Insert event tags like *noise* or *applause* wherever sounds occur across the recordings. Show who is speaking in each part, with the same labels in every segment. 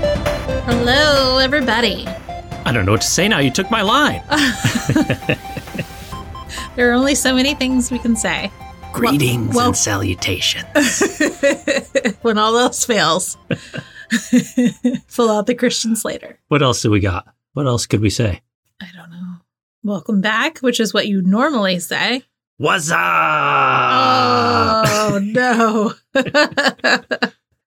Speaker 1: Hello, everybody.
Speaker 2: I don't know what to say now. You took my line.
Speaker 1: Uh, There are only so many things we can say
Speaker 3: Greetings
Speaker 1: well-
Speaker 3: and salutations.
Speaker 1: when all else fails. Pull out the Christian Slater.
Speaker 2: what else do we got? What else could we say?
Speaker 1: I don't know. Welcome back, which is what you normally say.
Speaker 2: What's up?
Speaker 1: oh, no. *laughs*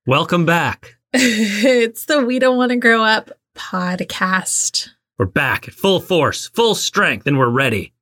Speaker 2: Welcome back.
Speaker 1: it's the We Don't Want to Grow Up podcast. *laughs*
Speaker 2: We're back at full force, full strength, and we're ready.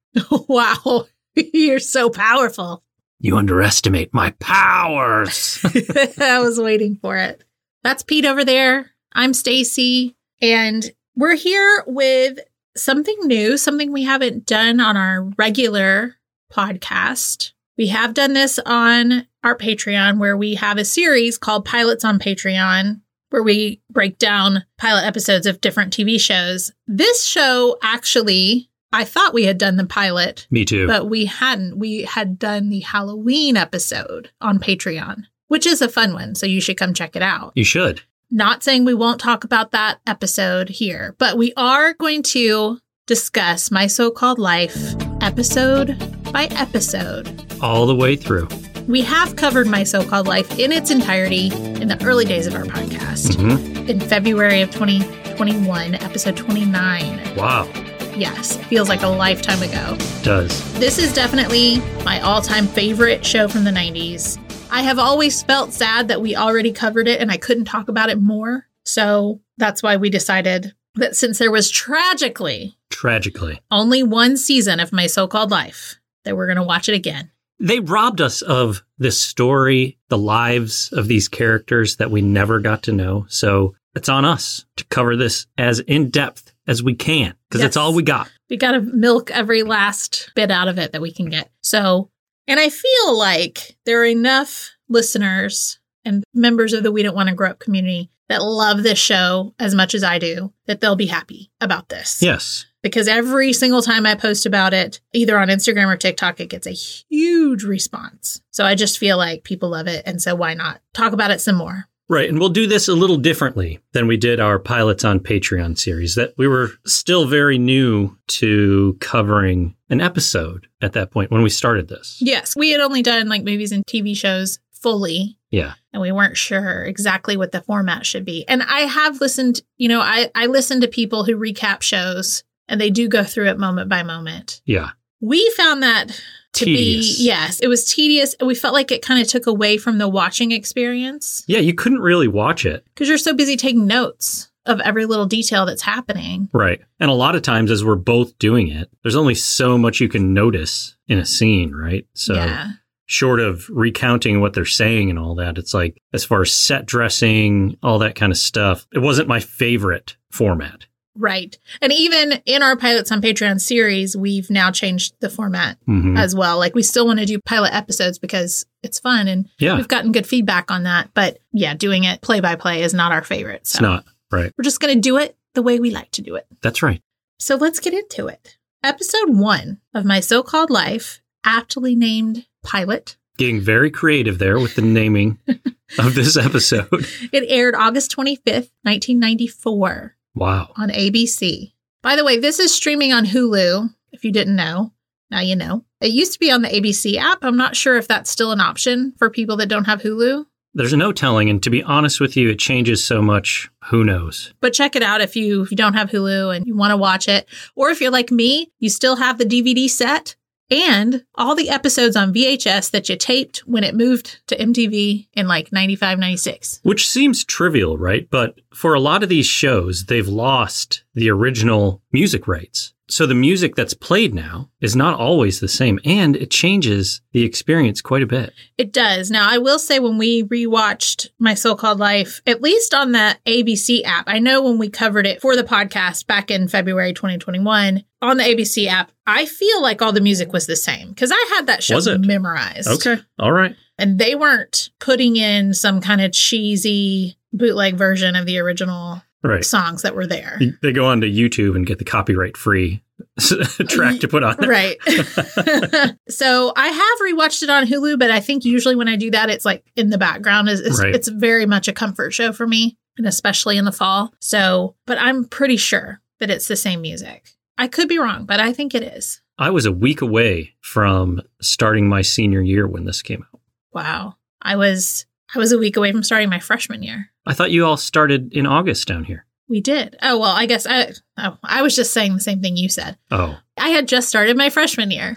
Speaker 1: wow. *laughs* You're so powerful.
Speaker 3: You underestimate my
Speaker 2: Powers. *laughs*
Speaker 1: *laughs* I was waiting for it. That's Pete over there. I'm Stacy, and we're here with something new, something we haven't done on our regular podcast. We have done this on our Patreon where we have a series called Pilots on Patreon where we break down pilot episodes of different TV shows. This show actually, I thought we had done the pilot
Speaker 2: Me too.
Speaker 1: but we hadn't. We had done the Halloween episode on Patreon, which is a fun one. So you should come check it out.
Speaker 2: you should.
Speaker 1: Not saying we won't talk about that episode here, but we are going to discuss My So Called Life episode by episode.
Speaker 2: All the way through.
Speaker 1: We have covered My So Called Life in its entirety in the early days of our podcast
Speaker 2: Mhm.
Speaker 1: in February of 2021, episode 29.
Speaker 2: Wow.
Speaker 1: Yes, feels like a lifetime ago.
Speaker 2: Does.
Speaker 1: This is definitely my all time favorite show from the 90s. I have always felt sad that we already covered it and I couldn't talk about it more. So that's why we decided that since there was tragically
Speaker 2: Tragically.
Speaker 1: only one season of my so called life, that we're going to watch it again.
Speaker 2: They robbed us of this story, the lives of these characters that we never got to know. So it's on us to cover this as in depth as we can because
Speaker 1: Yes.
Speaker 2: it's all we got.
Speaker 1: We got to milk every last bit out of it that we can get. So, and I feel like there are enough listeners and members of the We Don't Want to Grow Up community that love this show as much as I do, that they'll be happy about this.
Speaker 2: Yes.
Speaker 1: because every single time I post about it, either on Instagram or TikTok, it gets a huge response. So I just feel like people love it. And so why not talk about it some more?
Speaker 2: Right. And we'll do this a little differently than we did our Pilots on Patreon series, that we were still very new to covering an episode at that point when we started this.
Speaker 1: Yes, we had only done like movies and TV shows fully.
Speaker 2: Yeah.
Speaker 1: And we weren't sure exactly what the format should be. And I have listened, you know, I, I listen to people who recap shows and they do go through it moment by moment.
Speaker 2: Yeah.
Speaker 1: We found that to
Speaker 2: Tedious.
Speaker 1: be, yes, it was tedious. We felt like it kind of took away from the watching experience.
Speaker 2: Yeah. You couldn't really watch it.
Speaker 1: because you're so busy taking notes of every little detail that's happening.
Speaker 2: Right. And a lot of times, as we're both doing it, there's only so much you can notice in a scene, right? So,
Speaker 1: yeah,
Speaker 2: short of recounting what they're saying and all that, it's like, as far as set dressing, all that kind of stuff, it wasn't my favorite format.
Speaker 1: right. And even in our pilots on Patreon series, we've now changed the format
Speaker 2: Mhm.
Speaker 1: as well. Like we still want to do pilot episodes because it's fun and
Speaker 2: yeah.
Speaker 1: we've gotten good feedback on that. But yeah, doing it play by play is not our favorite. So
Speaker 2: It's not.
Speaker 1: we're just going to do it the way we like to do it.
Speaker 2: That's right.
Speaker 1: So let's get into it. Episode one of my so called life, aptly named Pilot,
Speaker 2: getting very creative there with the naming of this episode.
Speaker 1: it aired August 25th, 1994.
Speaker 2: Wow.
Speaker 1: on ABC. By the way, this is streaming on Hulu. If you didn't know, now you know. It used to be on the ABC app. I'm not sure if that's still an option for people that don't have Hulu,
Speaker 2: There's no telling. And to be honest with you, it changes so much. Who knows?
Speaker 1: but check it out if you if you don't have Hulu and you want to watch it, or if you're like me, you still have the DVD set and all the episodes on VHS that you taped when it moved to MTV in like 95 96.
Speaker 2: Which seems trivial, right? But for a lot of these shows, they've lost the original music rights. So the music that's played now is not always the same and it changes the experience quite a bit.
Speaker 1: It does. Now, I will say when we rewatched My So Called Life, at least on the ABC app, I know when we covered it for the podcast back in February 2021 on the ABC app, I feel like all the music was the same because I had that show
Speaker 2: Was it?
Speaker 1: memorized.
Speaker 2: All right.
Speaker 1: And they weren't putting in some kind of cheesy bootleg version of the original.
Speaker 2: Right.
Speaker 1: songs that were there.
Speaker 2: They go onto YouTube and get the copyright free *laughs* track to put on there.
Speaker 1: Right. *laughs* so I have rewatched it on Hulu, but I think usually when I do that, it's like in the background. It's, it's,
Speaker 2: Right.
Speaker 1: it's very much a comfort show for me, and especially in the fall. So, but I'm pretty sure that it's the same music. I could be wrong, but I think it is.
Speaker 2: I was a week away from starting my senior year when this came out.
Speaker 1: Wow. I was I was a week away from starting my freshman year.
Speaker 2: I thought you all started in August down here.
Speaker 1: We did. Oh well, I guess I oh, I was just saying the same thing you said.
Speaker 2: Oh,
Speaker 1: I had just started my freshman year.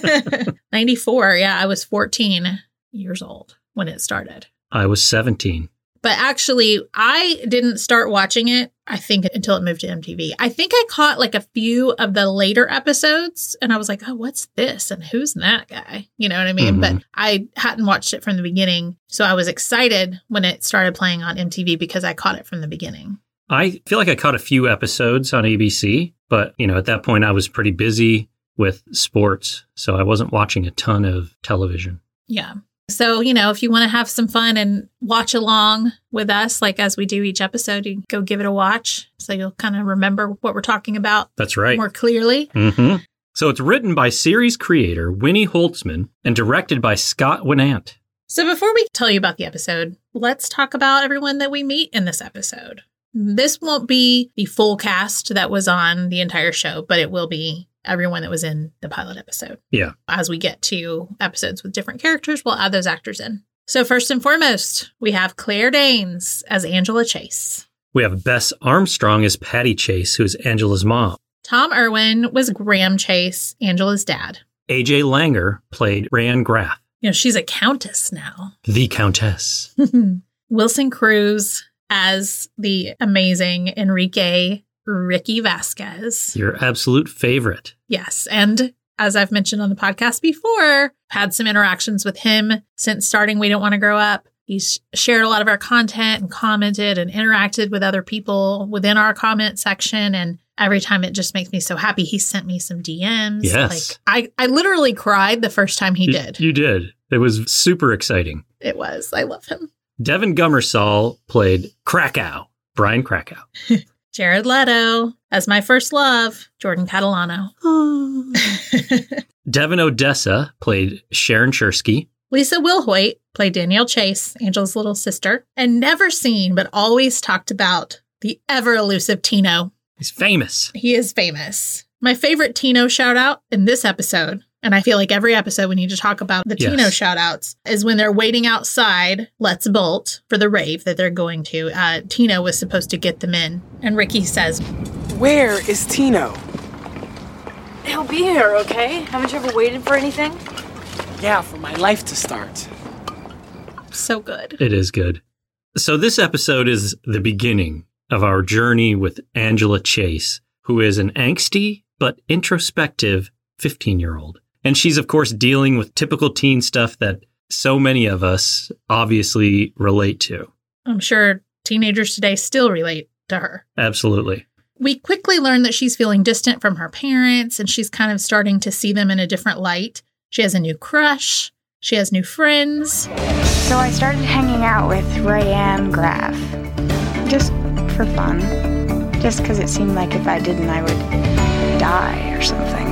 Speaker 1: *laughs* 94. Yeah, I was 14 years old when it started.
Speaker 2: I was 17.
Speaker 1: But actually, I didn't start watching it, I think, until it moved to MTV. I think I caught like a few of the later episodes and I was like, oh, what's this? And who's that guy? You know what I mean? But I hadn't watched it from the beginning. So I was excited when it started playing on MTV because I caught it from the beginning.
Speaker 2: I feel like I caught a few episodes on ABC, but you know, at that point I was pretty busy with sports, so I wasn't watching a ton of television.
Speaker 1: Yeah. So, you know, if you want to have some fun and watch along with us, like as we do each episode, you can go give it a watch. So you'll kind of remember what we're talking about
Speaker 2: That's right.
Speaker 1: more clearly.
Speaker 2: hmm So it's written by series creator Winnie Holtzman and directed by Scott Winant.
Speaker 1: So, before we tell you about the episode, let's talk about everyone that we meet in this episode. This won't be the full cast that was on the entire show, but it will be everyone that was in the pilot episode.
Speaker 2: Yeah.
Speaker 1: As we get to episodes with different characters, we'll add those actors in. So, first and foremost, we have Claire Danes as Angela Chase.
Speaker 2: We have Bess Armstrong as Patty Chase, who is Angela's mom.
Speaker 1: Tom Irwin was Graham Chase, Angela's dad.
Speaker 2: AJ Langer played Rand Graff,
Speaker 1: You know, she's a countess now.
Speaker 2: the Countess.
Speaker 1: *laughs* Wilson Cruz as the amazing Enrique Ricky Vasquez.
Speaker 2: Your absolute favorite.
Speaker 1: Yes. And as I've mentioned on the podcast before, had some interactions with him since starting We Don't Want to Grow Up. He's shared a lot of our content and commented and interacted with other people within our comment section. And every time it just makes me so happy. He sent me some DMs.
Speaker 2: Yes.
Speaker 1: Like I, I literally cried the first time he
Speaker 2: You-
Speaker 1: did.
Speaker 2: You did. It was super exciting.
Speaker 1: It was. I love him.
Speaker 2: Devin Gummersall played Krakow, Brian Krakow.
Speaker 1: Jared Leto as my first love, Jordan Catalano.
Speaker 2: Devin Odessa played Sharon Chersky.
Speaker 1: Lisa Wilhoit played Danielle Chase, Angel's little sister, and never seen but always talked about the ever elusive Tino.
Speaker 2: He's famous.
Speaker 1: He is famous. My favorite Tino shout out in this episode, and I feel like every episode we need to talk about the
Speaker 2: Yes.
Speaker 1: Tino shout outs, is when they're waiting outside Let's Bolt for the rave that they're going to. Uh, Tino was supposed to get them in, and Ricky says,
Speaker 4: Where is Tino?
Speaker 5: He'll be here, okay? Haven't you ever waited for anything?
Speaker 4: Yeah, for my life to start.
Speaker 1: So good.
Speaker 2: It is good. So, this episode is the beginning of our journey with Angela Chase, who is an angsty but introspective 15 year old. And she's, of course, dealing with typical teen stuff that so many of us obviously relate to.
Speaker 1: I'm sure teenagers today still relate to her.
Speaker 2: Absolutely.
Speaker 1: we quickly learn that she's feeling distant from her parents and she's kind of starting to see them in a different light. She has a new crush. She has new friends.
Speaker 6: So I started hanging out with Rayanne Graff. Just for fun. Just because it seemed like if I didn't, I would die or something.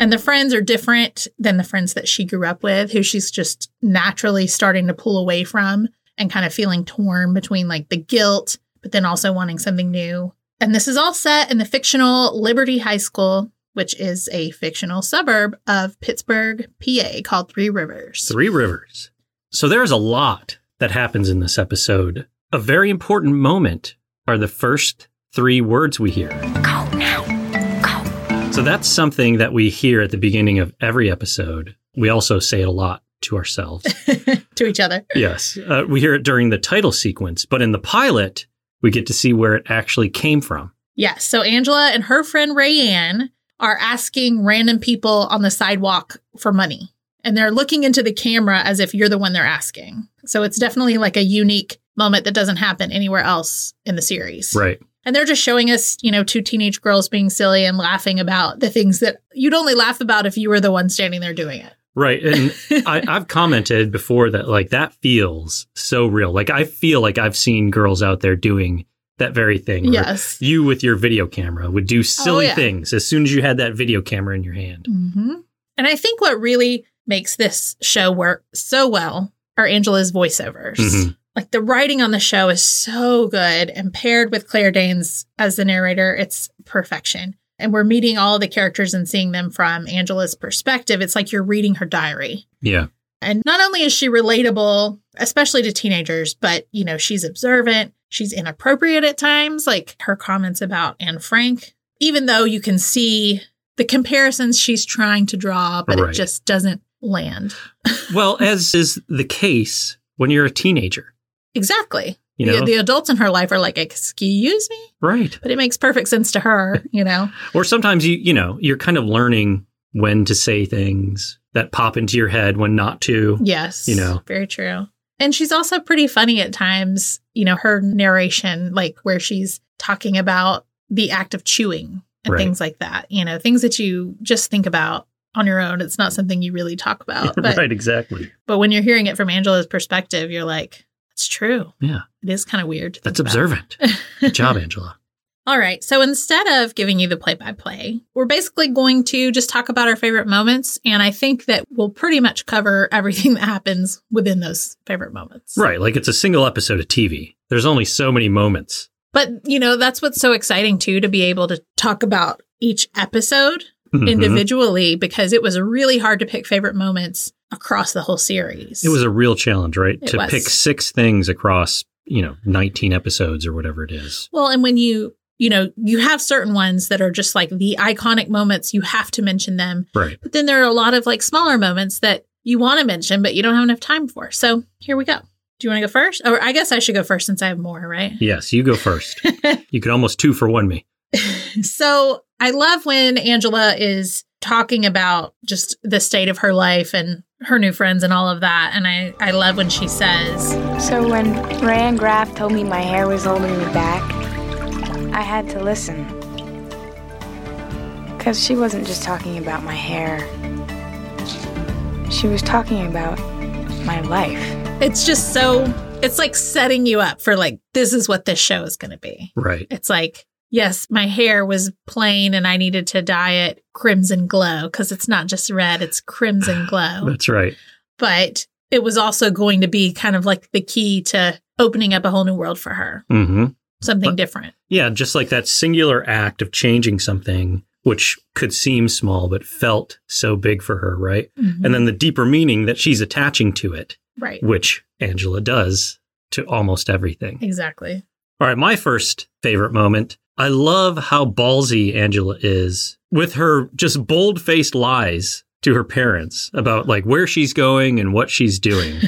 Speaker 1: And the friends are different than the friends that she grew up with, who she's just naturally starting to pull away from and kind of feeling torn between like the guilt, but then also wanting something new. And this is all set in the fictional Liberty High School, which is a fictional suburb of Pittsburgh, PA, called Three Rivers.
Speaker 2: Three Rivers. So there's a lot that happens in this episode. A very important moment are the first three words we hear.
Speaker 6: Go now. Go.
Speaker 2: So that's something that we hear at the beginning of every episode. We also say it a lot to ourselves.
Speaker 1: *laughs* to each other.
Speaker 2: yes. Uh, we hear it during the title sequence, but in the pilot, we get to see where it actually came from.
Speaker 1: Yes. So Angela and her friend Rayanne are asking random people on the sidewalk for money. And they're looking into the camera as if you're the one they're asking. So it's definitely like a unique moment that doesn't happen anywhere else in the series.
Speaker 2: Right.
Speaker 1: And they're just showing us, you know, two teenage girls being silly and laughing about the things that you'd only laugh about if you were the one standing there doing it.
Speaker 2: Right. And I, I've commented before that, like, that feels so real. Like, I feel like I've seen girls out there doing that very thing. where
Speaker 1: Yes.
Speaker 2: You with your video camera would do silly
Speaker 1: Oh, yeah.
Speaker 2: things as soon as you had that video camera in your hand.
Speaker 1: hmm And I think what really makes this show work so well are Angela's voiceovers.
Speaker 2: Mhm.
Speaker 1: Like the writing on the show is so good, and paired with Claire Danes as the narrator, it's perfection. And we're meeting all the characters and seeing them from Angela's perspective. It's like you're reading her diary.
Speaker 2: Yeah.
Speaker 1: And not only is she relatable, especially to teenagers, but you know, she's observant, she's inappropriate at times, like her comments about Anne Frank, even though you can see the comparisons she's trying to draw, but it
Speaker 2: Right.
Speaker 1: just doesn't land.
Speaker 2: Well, as is the case when you're a teenager,
Speaker 1: Exactly.
Speaker 2: you
Speaker 1: The-
Speaker 2: know?
Speaker 1: the, adults in her life are like, excuse me?
Speaker 2: right.
Speaker 1: But it makes perfect sense to her, you know?
Speaker 2: Or sometimes you, you know, you're kind of learning when to say things that pop into your head, when not to.
Speaker 1: Yes.
Speaker 2: You know.
Speaker 1: Very true. And she's also pretty funny at times, you know, her narration, like where she's talking about the act of chewing and
Speaker 2: Right.
Speaker 1: things like that, you know, things that you just think about on your own. It's not something you really talk
Speaker 2: *laughs*
Speaker 1: about. But
Speaker 2: right, exactly.
Speaker 1: but when you're hearing it from Angela's perspective, you're like, that's true.
Speaker 2: Yeah.
Speaker 1: It is kind of weird. to
Speaker 2: That's
Speaker 1: think about. *laughs*
Speaker 2: observant. Good job, Angela.
Speaker 1: All right. So instead of giving you the play by play, we're basically going to just talk about our favorite moments. And I think that we'll pretty much cover everything *laughs* that happens within those favorite moments.
Speaker 2: Right. Like it's a single episode of TV. There's only so many moments.
Speaker 1: But, you know, that's what's so exciting, too, to be able to talk about each episode
Speaker 2: Mhm.
Speaker 1: individually because it was really hard to pick favorite moments across the whole series.
Speaker 2: It was a real challenge, right?
Speaker 1: It
Speaker 2: to
Speaker 1: was.
Speaker 2: pick six things across, you know, 19 episodes or whatever it is.
Speaker 1: Well, and when you, you know, you have certain ones that are just like the iconic moments, you have to mention them.
Speaker 2: Right.
Speaker 1: But then there are a lot of like smaller moments that you want to mention, but you don't have enough time for. So here we go. Do you want to go first? Or I guess I should go first since I have more, right?
Speaker 2: Yes, you go first. you could almost two for one me.
Speaker 1: So I love when Angela is talking about just the state of her life and her new friends and all of that. And I, I love when she says,
Speaker 6: So when Rand Graff told me my hair was holding me back, I had to listen. Because she wasn't just talking about my hair, she was talking about my life.
Speaker 1: it's just so, it's like setting you up for like, this is what this show is going to be.
Speaker 2: Right.
Speaker 1: It's like, yes, my hair was plain and I needed to dye it crimson glow because it's not just red, it's crimson glow.
Speaker 2: That's right.
Speaker 1: but it was also going to be kind of like the key to opening up a whole new world for her,
Speaker 2: hmm
Speaker 1: something
Speaker 2: But-
Speaker 1: different.
Speaker 2: Yeah, just like that singular act of changing something, which could seem small, but felt so big for her, right? And then the deeper meaning that she's attaching to it,
Speaker 1: right,
Speaker 2: which Angela does to almost everything.
Speaker 1: exactly.
Speaker 2: All right, my first favorite moment. I love how ballsy Angela is with her just bold faced lies to her parents about like where she's going and what
Speaker 1: *laughs*
Speaker 2: she's doing.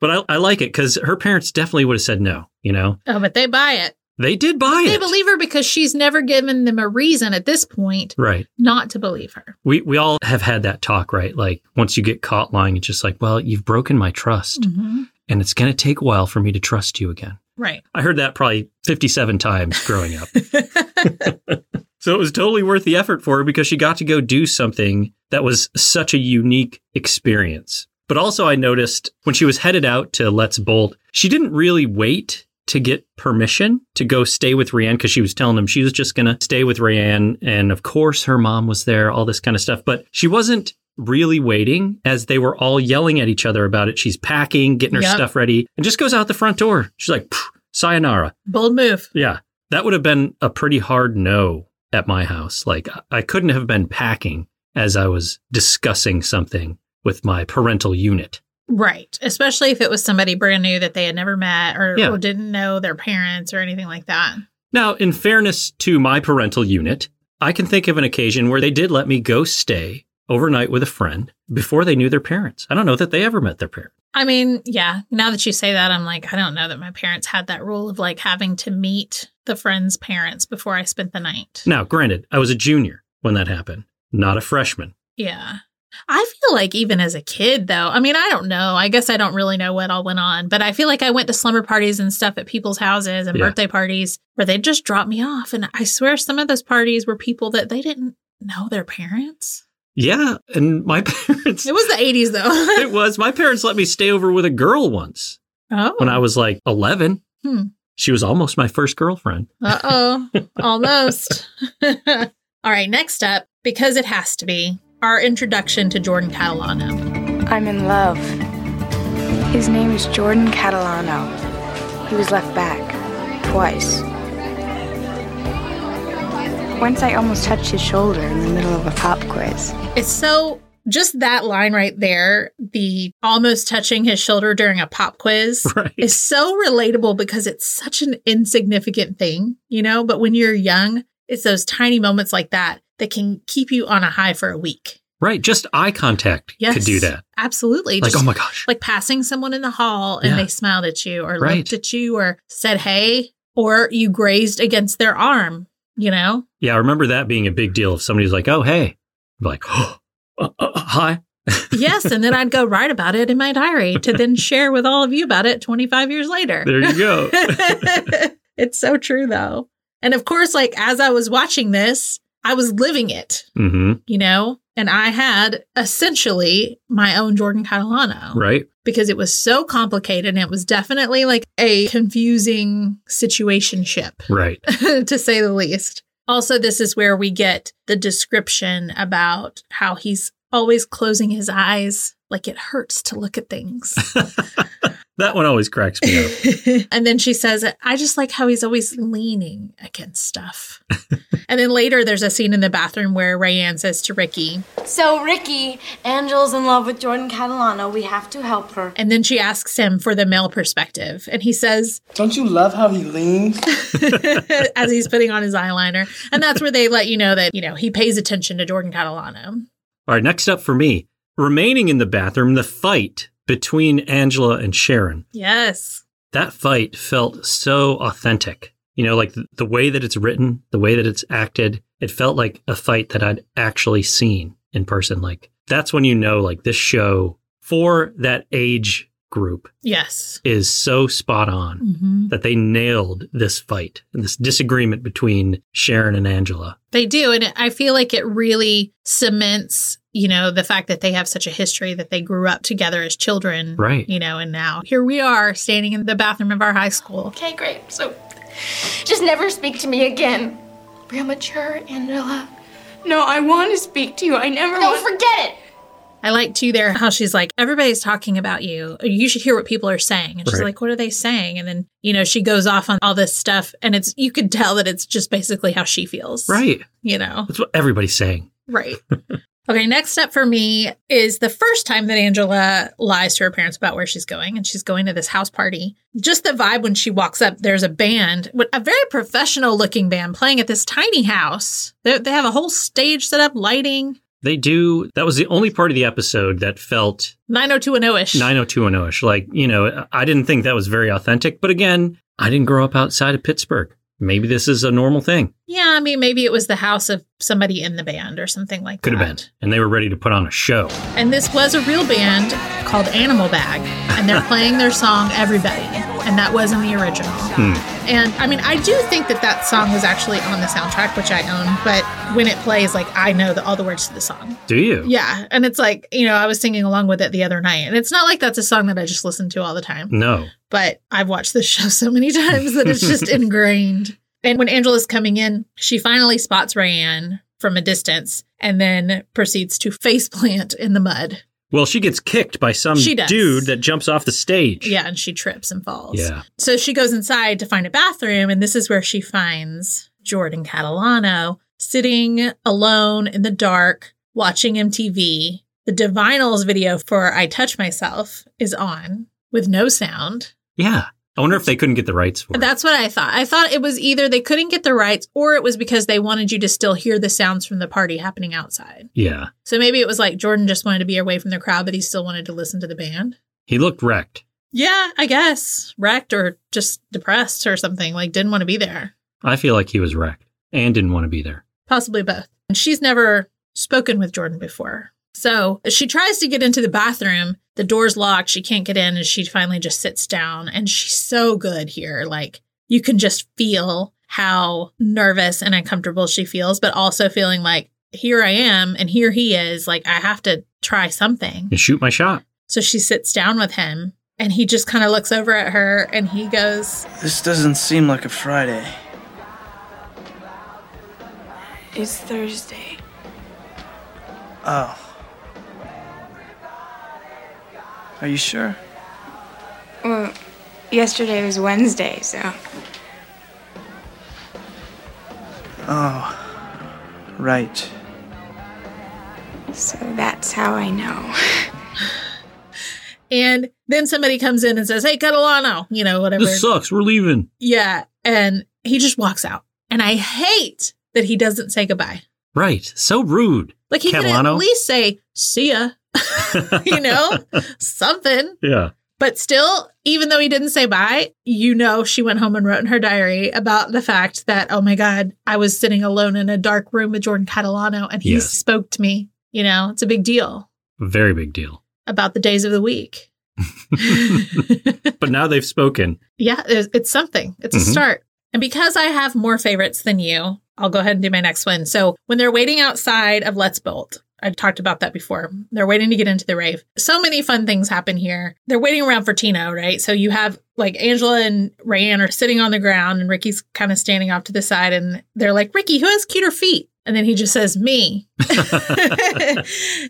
Speaker 2: but I, I like it because her parents definitely would have said no, you know?
Speaker 1: Oh, but they buy it.
Speaker 2: They did buy
Speaker 1: They
Speaker 2: it.
Speaker 1: believe her because she's never given them a reason at this point
Speaker 2: right.
Speaker 1: not to believe her.
Speaker 2: We we all have had that talk, right? Like once you get caught lying, it's just like, well, you've broken my trust.
Speaker 1: Mm.
Speaker 2: And it's gonna take a while for me to trust you again.
Speaker 1: Right.
Speaker 2: I heard that probably fifty seven times growing up. So it was totally worth the effort for her because she got to go do something that was such a unique experience. But also, I noticed when she was headed out to Let's Bolt, she didn't really wait to get permission to go stay with Rayanne because she was telling them she was just going to stay with Rayanne. And of course, her mom was there, all this kind of stuff. But she wasn't really waiting as they were all yelling at each other about it. She's packing, getting her
Speaker 1: Yep.
Speaker 2: stuff ready, and just goes out the front door. She's like, "Phew, sayonara.
Speaker 1: Bold move.
Speaker 2: Yeah. That would have been a pretty hard no at my house. Like, I- I couldn't have been packing as I was discussing something with my parental unit.
Speaker 1: Right. Especially if it was somebody brand new that they had never met or,
Speaker 2: Yeah.
Speaker 1: or didn't know their parents or anything like that.
Speaker 2: Now, in fairness to my parental unit, I can think of an occasion where they did let me go stay overnight with a friend before they knew their parents. I don't know that they ever met their parents.
Speaker 1: I mean, yeah, now that you say that, I'm like, I don't know that my parents had that rule of like having to meet the friend's parents before I spent the night.
Speaker 2: Now, granted, I was a junior when that happened, not a freshman.
Speaker 1: Yeah. I feel like even as a kid, though, I mean, I don't know. I guess I don't really know what all went on, but I feel like I went to slumber parties and stuff at people's houses and
Speaker 2: Yeah.
Speaker 1: birthday parties where they just dropped me off. And I swear some of those parties were people that they didn't know their parents.
Speaker 2: Yeah. And my *laughs* parents,
Speaker 1: It was the 80s, though.
Speaker 2: it was, my parents let me stay over with a girl once
Speaker 1: *laughs* oh.
Speaker 2: when I was like 11.
Speaker 1: Hmm.
Speaker 2: She was almost my first girlfriend.
Speaker 1: Uh oh, almost. *laughs* All right, next up, because it has to be, our introduction to Jordan Catalano.
Speaker 6: I'm in love. His name is Jordan Catalano. He was left back twice. Once I almost touched his shoulder in the middle of a pop quiz.
Speaker 1: It's so just that line right there, the almost touching his shoulder during a pop quiz.
Speaker 2: *laughs* Right.
Speaker 1: Is so relatable because it's such an insignificant thing, you know? But when you're young, it's those tiny moments like that that can keep you on a high for a week.
Speaker 2: Right. Just eye contact
Speaker 1: Yes.
Speaker 2: could do that.
Speaker 1: Absolutely.
Speaker 2: Like,
Speaker 1: Just-
Speaker 2: oh my gosh.
Speaker 1: like passing someone in the hall and
Speaker 2: Yeah.
Speaker 1: they smiled at you or
Speaker 2: Right.
Speaker 1: looked at you or said hey or you grazed against their arm you know
Speaker 2: Yeah. I remember that being a big deal. If somebody's like, oh, hey, I'd be like, oh, uh, uh, hi.
Speaker 1: yes and then i'd go write about it in my diary to then share with all of you about it 25 years later
Speaker 2: There you
Speaker 1: *laughs*
Speaker 2: go.
Speaker 1: it's so true though and of course like as i was watching this i was living it
Speaker 2: hmm
Speaker 1: you know and i had essentially my own jordan catalano
Speaker 2: Right.
Speaker 1: because it was so complicated and it was definitely like a confusing situationship
Speaker 2: Right.
Speaker 1: *laughs* to say the least. Also, this is where we get the description about how he's always closing his eyes, like it hurts to look at things. *laughs*
Speaker 2: That one always cracks me up.
Speaker 1: and then she says, I just like how he's always leaning against *laughs* stuff. and then later, there's a scene in the bathroom where Rayanne says to Ricky,
Speaker 5: So, Ricky, Angel's in love with Jordan Catalano. We have to help her.
Speaker 1: and then she asks him for the male perspective. And he says, *laughs*
Speaker 4: Don't you love how he leans?
Speaker 1: as he's putting on his eyeliner. And that's where they let you know that, you know, he pays attention to Jordan Catalano.
Speaker 2: All right. Next up for me, remaining in the bathroom, the fight between Angela and Sharon.
Speaker 1: Yes.
Speaker 2: that fight felt so authentic. You know, like th- the way that it's written, the way that it's acted, it felt like a fight that I'd actually seen in person. Like that's when you know, like this show for that age group
Speaker 1: Yes.
Speaker 2: is so spot on
Speaker 1: hmm
Speaker 2: that they nailed this fight and this disagreement between Sharon and Angela.
Speaker 1: They do. And I feel like it really cements, you know, the fact that they have such a history that they grew up together as children.
Speaker 2: Right.
Speaker 1: You know, and now here we are standing in the bathroom of our high school.
Speaker 7: Okay, great. So just never speak to me again. Real mature, Angela. No, I want to speak to you. I never no, want. forget it.
Speaker 1: I like too there how she's like, everybody's talking about you. You should hear what people are saying. And she's
Speaker 2: Right.
Speaker 1: like, what are they saying? And then, you know, she goes off on all this stuff. And it's, you could tell that it's just basically how she feels.
Speaker 2: Right.
Speaker 1: You know?
Speaker 2: That's what everybody's saying.
Speaker 1: Right. okay, next up for me is the first time that Angela lies to her parents about where she's going, and she's going to this house party. Just the vibe when she walks up, there's a band, with a very professional looking band playing at this tiny house. They, they have a whole stage set up, lighting,
Speaker 2: They do. That was the only part of the episode that felt
Speaker 1: 90210 ish.
Speaker 2: 90210 ish. Like, you know, I didn't think that was very authentic. But again, I didn't grow up outside of Pittsburgh. Maybe this is a normal thing.
Speaker 1: Yeah, I mean, maybe it was the house of somebody in the band or something like
Speaker 2: Could
Speaker 1: that.
Speaker 2: have been. And they were ready to put on a show.
Speaker 1: And this was a real band called Animal Bag, and they're playing their song Everybody, and that wasn't the original. And I mean, I do think that that song was actually on the soundtrack, which I own, but when it plays, like, I know the, all the words to the song.
Speaker 2: Do you?
Speaker 1: Yeah. And it's like, you know, I was singing along with it the other night, and it's not like that's a song that I just listen to all the time,
Speaker 2: No.
Speaker 1: but I've watched this show so many *laughs* times that it's just ingrained. And when Angela's coming in, she finally spots Rayanne from a distance and then proceeds to faceplant in the mud.
Speaker 2: Well, she gets kicked by some
Speaker 1: She does.
Speaker 2: dude that jumps off the stage.
Speaker 1: Yeah, and she trips and falls.
Speaker 2: Yeah.
Speaker 1: So she goes inside to find a bathroom, and this is where she finds Jordan Catalano sitting alone in the dark watching MTV. The Divinals video for I Touch Myself is on with no sound.
Speaker 2: Yeah. I wonder if they couldn't get the rights for it.
Speaker 1: That's what I thought. I thought it was either they couldn't get the rights or it was because they wanted you to still hear the sounds from the party happening outside.
Speaker 2: Yeah.
Speaker 1: So maybe it was like Jordan just wanted to be away from the crowd, but he still wanted to listen to the band.
Speaker 2: He looked wrecked.
Speaker 1: Yeah, I guess. Wrecked or just depressed or something. Like, didn't want to be there.
Speaker 2: I feel like he was wrecked and didn't want to be there.
Speaker 1: Possibly both. And she's never spoken with Jordan before. So she tries to get into the bathroom. The door's locked. She can't get in. And she finally just sits down. And she's so good here. Like, you can just feel how nervous and uncomfortable she feels, but also feeling like, here I am and here he is. Like, I have to try something.
Speaker 2: And shoot my shot.
Speaker 1: So she sits down with him And he just kind of looks over at her and he goes,
Speaker 4: This doesn't seem like a Friday.
Speaker 5: It's Thursday.
Speaker 4: Oh. Are you sure?
Speaker 6: Well, yesterday was Wednesday, so.
Speaker 4: Oh. Right.
Speaker 6: So that's how I know.
Speaker 1: and then somebody comes in and says, Hey, Catalano, you know, whatever.
Speaker 2: This sucks. We're leaving.
Speaker 1: yeah. And he just walks out. And I hate that he doesn't say goodbye.
Speaker 2: Right. So rude.
Speaker 1: Like he could at
Speaker 2: Catalano?
Speaker 1: least say, See ya, *laughs* you know, something.
Speaker 2: *laughs* Yeah.
Speaker 1: But still, even though he didn't say bye, you know, she went home and wrote in her diary about the fact that, oh my God, I was sitting alone in a dark room with Jordan Catalano and he
Speaker 2: Yes.
Speaker 1: spoke to me. You know, it's a big deal
Speaker 2: Very big deal.
Speaker 1: about the days of the
Speaker 2: *laughs*
Speaker 1: week. *laughs*
Speaker 2: But now they've spoken.
Speaker 1: yeah, it's, it's something, it's
Speaker 2: Mhm.
Speaker 1: a start. And because I have more favorites than you, I'll go ahead and do my next one. So when they're waiting outside of Let's Bolt, I talked about that before. They're waiting to get into the rave. So many fun things happen here. They're waiting around for Tino, right? So you have like Angela and Rayanne are sitting on the ground and Ricky's kind of standing off to the side and they're like, Ricky, who has cuter feet? And then he just says, me. *laughs* and then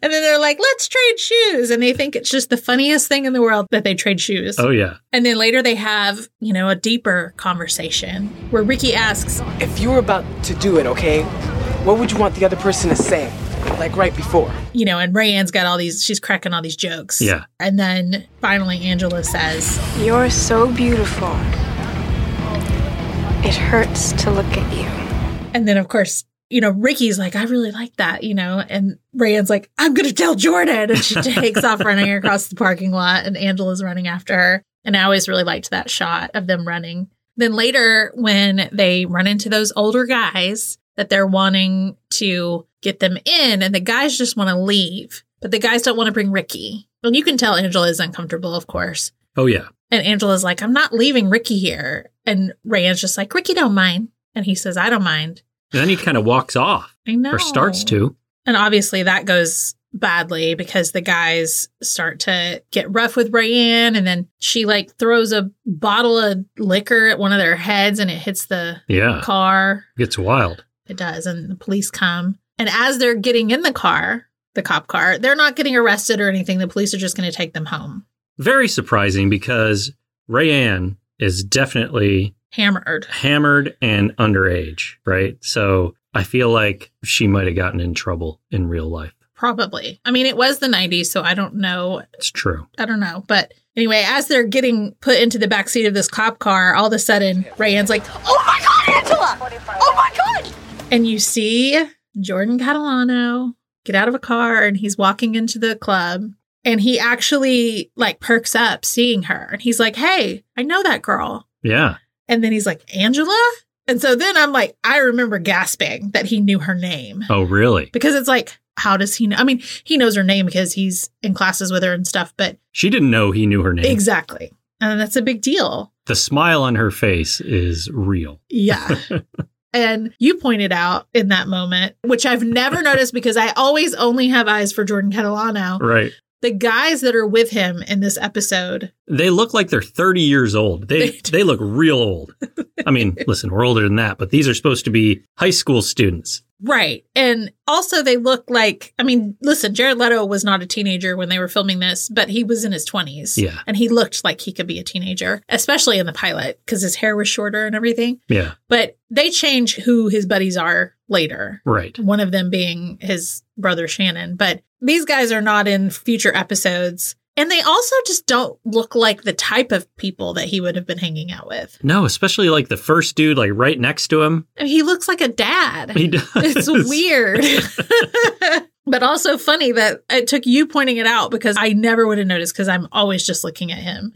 Speaker 1: they're like, let's trade shoes. And they think it's just the funniest thing in the world that they trade shoes.
Speaker 2: Oh, yeah.
Speaker 1: And then later they have, you know, a deeper conversation where Ricky asks,
Speaker 8: If you were about to do it, okay, what would you want the other person to say? Like right before.
Speaker 1: you know, and Rayanne's got all these, she's cracking all these jokes.
Speaker 2: Yeah.
Speaker 1: And then finally Angela says,
Speaker 6: You're so beautiful. It hurts to look at you.
Speaker 1: and then of course, you know, Ricky's like, I really like that, you know, and Rayanne's like, I'm going to tell Jordan. And she takes off running across the parking lot and Angela's running after her. And I always really liked that shot of them running. Then later, when they run into those older guys that they're wanting to get them in, and the guys just want to leave, but the guys don't want to bring Ricky. And you can tell Angela is uncomfortable, of course.
Speaker 2: Oh, yeah.
Speaker 1: And Angela's like, I'm not leaving Ricky here. And Rayanne's just like, Ricky don't mind. And he says, I don't mind.
Speaker 2: And then he kind of walks off
Speaker 1: I know.
Speaker 2: or starts to.
Speaker 1: And obviously that goes badly because the guys start to get rough with Rayanne and then she like throws a bottle of liquor at one of their heads and it hits the
Speaker 2: Yeah.
Speaker 1: car.
Speaker 2: Gets wild.
Speaker 1: It does. And the police come. And as they're getting in the car, the cop car, they're not getting arrested or anything. The police are just going to take them home.
Speaker 2: Very surprising because Rayanne is definitely
Speaker 1: Hammered.
Speaker 2: hammered and underage, right? So I feel like she might have gotten in trouble in real life.
Speaker 1: Probably. I mean, it was the 90s, so I don't know
Speaker 2: It's true.
Speaker 1: I don't know. But anyway, as they're getting put into the backseat of this cop car, all of a sudden, Rayanne's like,
Speaker 7: Oh my god, Angela! Oh my god!
Speaker 1: and you see Jordan Catalano get out of a car and he's walking into the club. And he actually like perks up seeing her. And he's like, hey, I know that girl.
Speaker 2: Yeah.
Speaker 1: And then he's like, Angela? And so then I'm like, I remember gasping that he knew her name
Speaker 2: Oh, really?
Speaker 1: because it's like, how does he know? I mean, he knows her name because he's in classes with her and stuff, but
Speaker 2: She didn't know he knew her name.
Speaker 1: exactly. And that's a big deal.
Speaker 2: the smile on her face is real. *laughs*
Speaker 1: Yeah. and you pointed out in that moment, which I've never noticed because I always only have eyes for Jordan Catalano.
Speaker 2: Right.
Speaker 1: The guys that are with him in this episode,
Speaker 2: They look like they're 30 years old. They
Speaker 1: They do.
Speaker 2: they look real old. I mean, *laughs* listen, we're older than that, but these are supposed to be high school students.
Speaker 1: right. And also they look like, I mean, listen, Jared Leto was not a teenager when they were filming this, but he was in his 20s.
Speaker 2: Yeah.
Speaker 1: And he looked like he could be a teenager, especially in the pilot because his hair was shorter and everything.
Speaker 2: Yeah.
Speaker 1: But they change who his buddies are later.
Speaker 2: Right.
Speaker 1: one of them being his brother Shannon. But these guys are not in future episodes. And they also just don't look like the type of people that he would have been hanging out with.
Speaker 2: No, especially like the first dude like right next to him. *laughs*
Speaker 1: I mean, he looks like a dad.
Speaker 2: He does. *laughs*
Speaker 1: It's *laughs* weird. *laughs* but also funny that it took you pointing it out because I never would have noticed because I'm always just looking at him.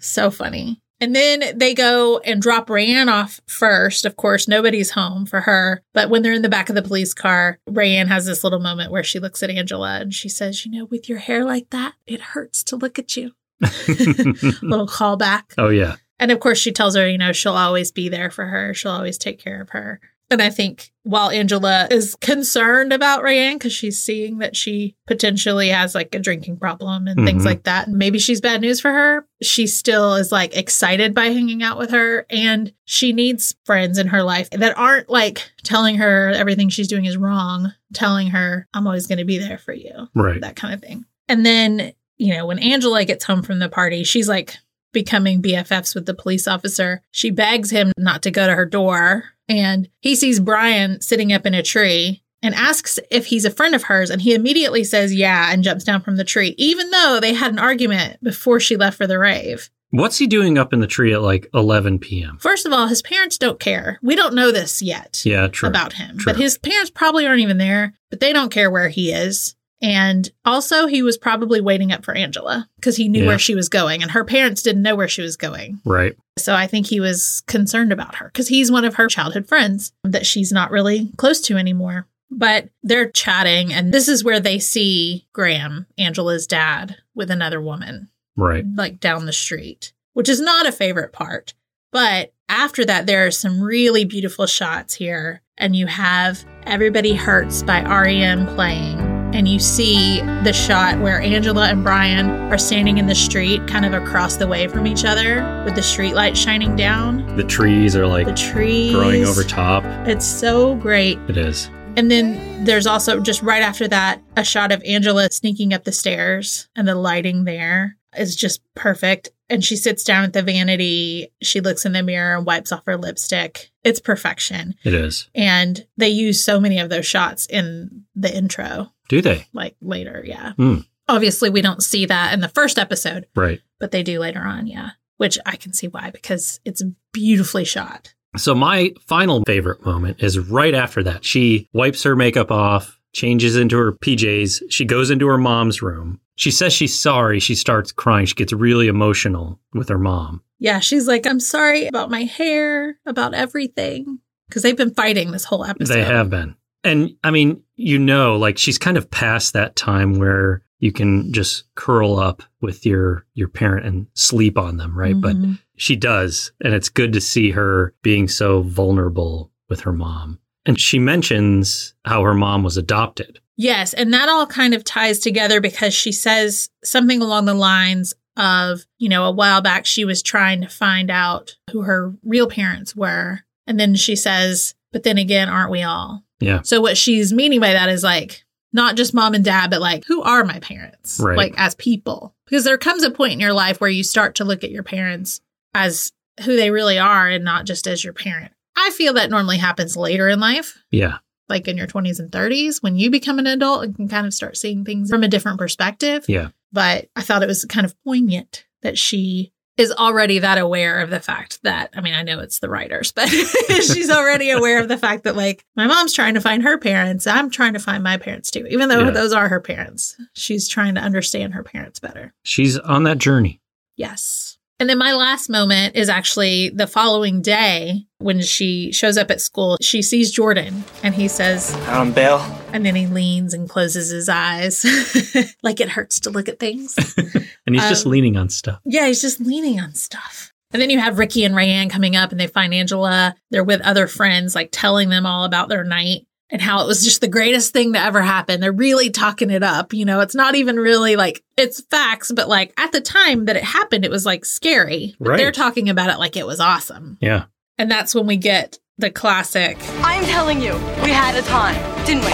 Speaker 1: so funny. And then they go and drop Rayanne off first. Of course, nobody's home for her. But when they're in the back of the police car, Rayanne has this little moment where she looks at Angela and she says, You know, with your hair like that, it hurts to look at you. *laughs* little callback.
Speaker 2: Oh yeah.
Speaker 1: And of course, she tells her, you know, she'll always be there for her. She'll always take care of her. And I think while Angela is concerned about Rayanne because she's seeing that she potentially has like a drinking problem and things
Speaker 2: Mhm.
Speaker 1: like that, and maybe she's bad news for her, she still is like excited by hanging out with her. And she needs friends in her life that aren't like telling her everything she's doing is wrong, telling her, I'm always going to be there for you
Speaker 2: Right.
Speaker 1: that kind of thing. And then, you know, when Angela gets home from the party, she's like becoming BFFs with the police officer. She begs him not to go to her door, and he sees Brian sitting up in a tree and asks if he's a friend of hers, and he immediately says yeah and jumps down from the tree, even though they had an argument before she left for the rave.
Speaker 2: What's he doing up in the tree at like 11 p.m.?
Speaker 1: First of all, his parents don't care. We don't know this yet
Speaker 2: Yeah, true.
Speaker 1: about him.
Speaker 2: True.
Speaker 1: But his parents probably aren't even there, but they don't care where he is. And also, he was probably waiting up for Angela because he knew
Speaker 2: Yeah.
Speaker 1: where she was going, and her parents didn't know where she was going.
Speaker 2: Right.
Speaker 1: So I think he was concerned about her because he's one of her childhood friends that she's not really close to anymore. But they're chatting, and this is where they see Graham, Angela's dad, with another woman
Speaker 2: Right.
Speaker 1: like down the street, which is not a favorite part. But after that, there are some really beautiful shots here. And you have Everybody Hurts by REM playing. And you see the shot where Angela and Brian are standing in the street, kind of across the way from each other, with the streetlight shining down,
Speaker 2: The trees are like
Speaker 1: the trees
Speaker 2: growing over top.
Speaker 1: It's so great.
Speaker 2: It is.
Speaker 1: And then there's also just right after that a shot of Angela sneaking up the stairs and the lighting there is just perfect. And she sits down at the vanity, she looks in the mirror and wipes off her lipstick. It's perfection.
Speaker 2: It is.
Speaker 1: And they use so many of those shots in the intro,
Speaker 2: Do they?
Speaker 1: like later, yeah.
Speaker 2: Hmm.
Speaker 1: Obviously, we don't see that in the first episode,
Speaker 2: Right.
Speaker 1: but they do later on, yeah. Which I can see why, because it's beautifully shot.
Speaker 2: So my final favorite moment is right after that. She wipes her makeup off, changes into her PJs. She goes into her mom's room. She says she's sorry. She starts crying. She gets really emotional with her mom.
Speaker 1: Yeah, she's like, I'm sorry about my hair, about everything. Because they've been fighting this whole episode.
Speaker 2: They have been. And I mean, you know, like she's kind of past that time where you can just curl up with your your parent and sleep on them, right? But
Speaker 1: Mhm.
Speaker 2: she does. And it's good to see her being so vulnerable with her mom. And she mentions how her mom was adopted.
Speaker 1: yes, and that all kind of ties together because she says something along the lines of, you know, a while back she was trying to find out who her real parents were. And then she says, but then again, aren't we all?
Speaker 2: Yeah.
Speaker 1: So what she's meaning by that is like, not just mom and dad, but like, who are my parents?
Speaker 2: Right.
Speaker 1: Like, as people. Because there comes a point in your life where you start to look at your parents as who they really are and not just as your parent. I feel that normally happens later in life.
Speaker 2: Yeah.
Speaker 1: like in your 20s and 30s when you become an adult and can kind of start seeing things from a different perspective.
Speaker 2: Yeah.
Speaker 1: But I thought it was kind of poignant that she is already that aware of the fact that, I mean, I know it's the writers, but *laughs* she's already aware of the fact that, like, my mom's trying to find her parents. I'm trying to find my parents too. Even though
Speaker 2: Yeah.
Speaker 1: those are her parents, she's trying to understand her parents better.
Speaker 2: She's on that journey.
Speaker 1: Yes. And then my last moment is actually the following day when she shows up at school. She sees Jordan and he says,
Speaker 4: Out on bail?
Speaker 1: and then he leans and closes his eyes. *laughs* like it hurts to look at things.
Speaker 2: *laughs* And he's just
Speaker 1: Um,
Speaker 2: leaning on stuff.
Speaker 1: yeah, he's just leaning on stuff. And then you have Ricky and Rayanne coming up and they find Angela. They're with other friends, like telling them all about their night and how it was just the greatest thing that ever happened. They're really talking it up. You know, it's not even really like it's facts, but like at the time that it happened, it was like scary. But
Speaker 2: Right.
Speaker 1: They're talking about it like it was awesome.
Speaker 2: Yeah.
Speaker 1: And that's when we get the classic
Speaker 5: I'm telling you, we had a time, didn't we?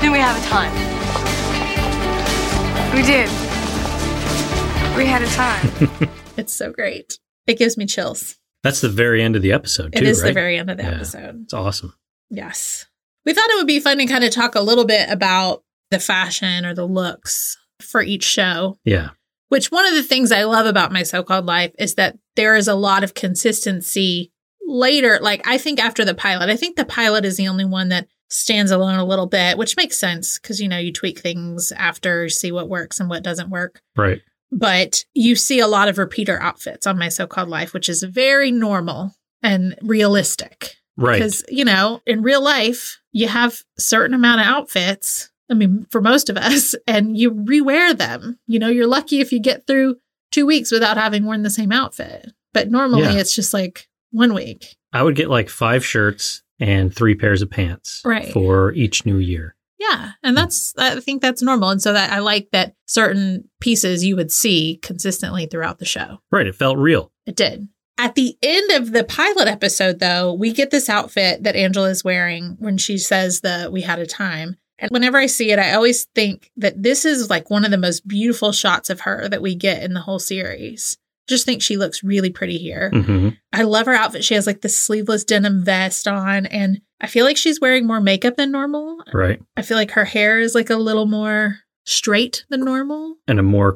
Speaker 5: Didn't we have a time?
Speaker 6: We did. We had a time.
Speaker 1: it's so great. It gives me chills.
Speaker 2: That's the very end of the episode,
Speaker 1: It
Speaker 2: too.
Speaker 1: is
Speaker 2: right?
Speaker 1: the very end of the
Speaker 2: Yeah.
Speaker 1: episode.
Speaker 2: It's awesome.
Speaker 1: Yes. We thought it would be fun to kind of talk a little bit about the fashion or the looks for each show,
Speaker 2: Yeah.
Speaker 1: which one of the things I love about my so called life is that there is a lot of consistency later. Like, I think after the pilot, I think the pilot is the only one that stands alone a little bit, which makes sense because, you know, you tweak things after, see what works and what doesn't work
Speaker 2: Right.
Speaker 1: but you see a lot of repeater outfits on my so-called life which is very normal and realistic
Speaker 2: Right.
Speaker 1: because you know in real life you have certain amount of outfits i mean for most of us *laughs* and you rewear them you know you're lucky if you get through two weeks without having worn the same outfit but normally
Speaker 2: Yeah.
Speaker 1: it's just like one week
Speaker 2: I would get like five shirts and three pairs of pants
Speaker 1: Right.
Speaker 2: for each new year.
Speaker 1: Yeah, and
Speaker 2: Mm.
Speaker 1: that's I think that's normal, and so that I like that certain pieces you would see consistently throughout the show.
Speaker 2: Right. It felt real.
Speaker 1: It did. At the end of the pilot episode, though, we get this outfit that Angela is wearing when she says that we had a time. And whenever I see it, I always think that this is like one of the most beautiful shots of her that we get in the whole series. Just think she looks really pretty here.
Speaker 2: hmm
Speaker 1: I love her outfit. She has like this sleeveless denim vest on, and I feel like she's wearing more makeup than normal.
Speaker 2: Right.
Speaker 1: I feel like her hair is like a little more straight than normal.
Speaker 2: And a more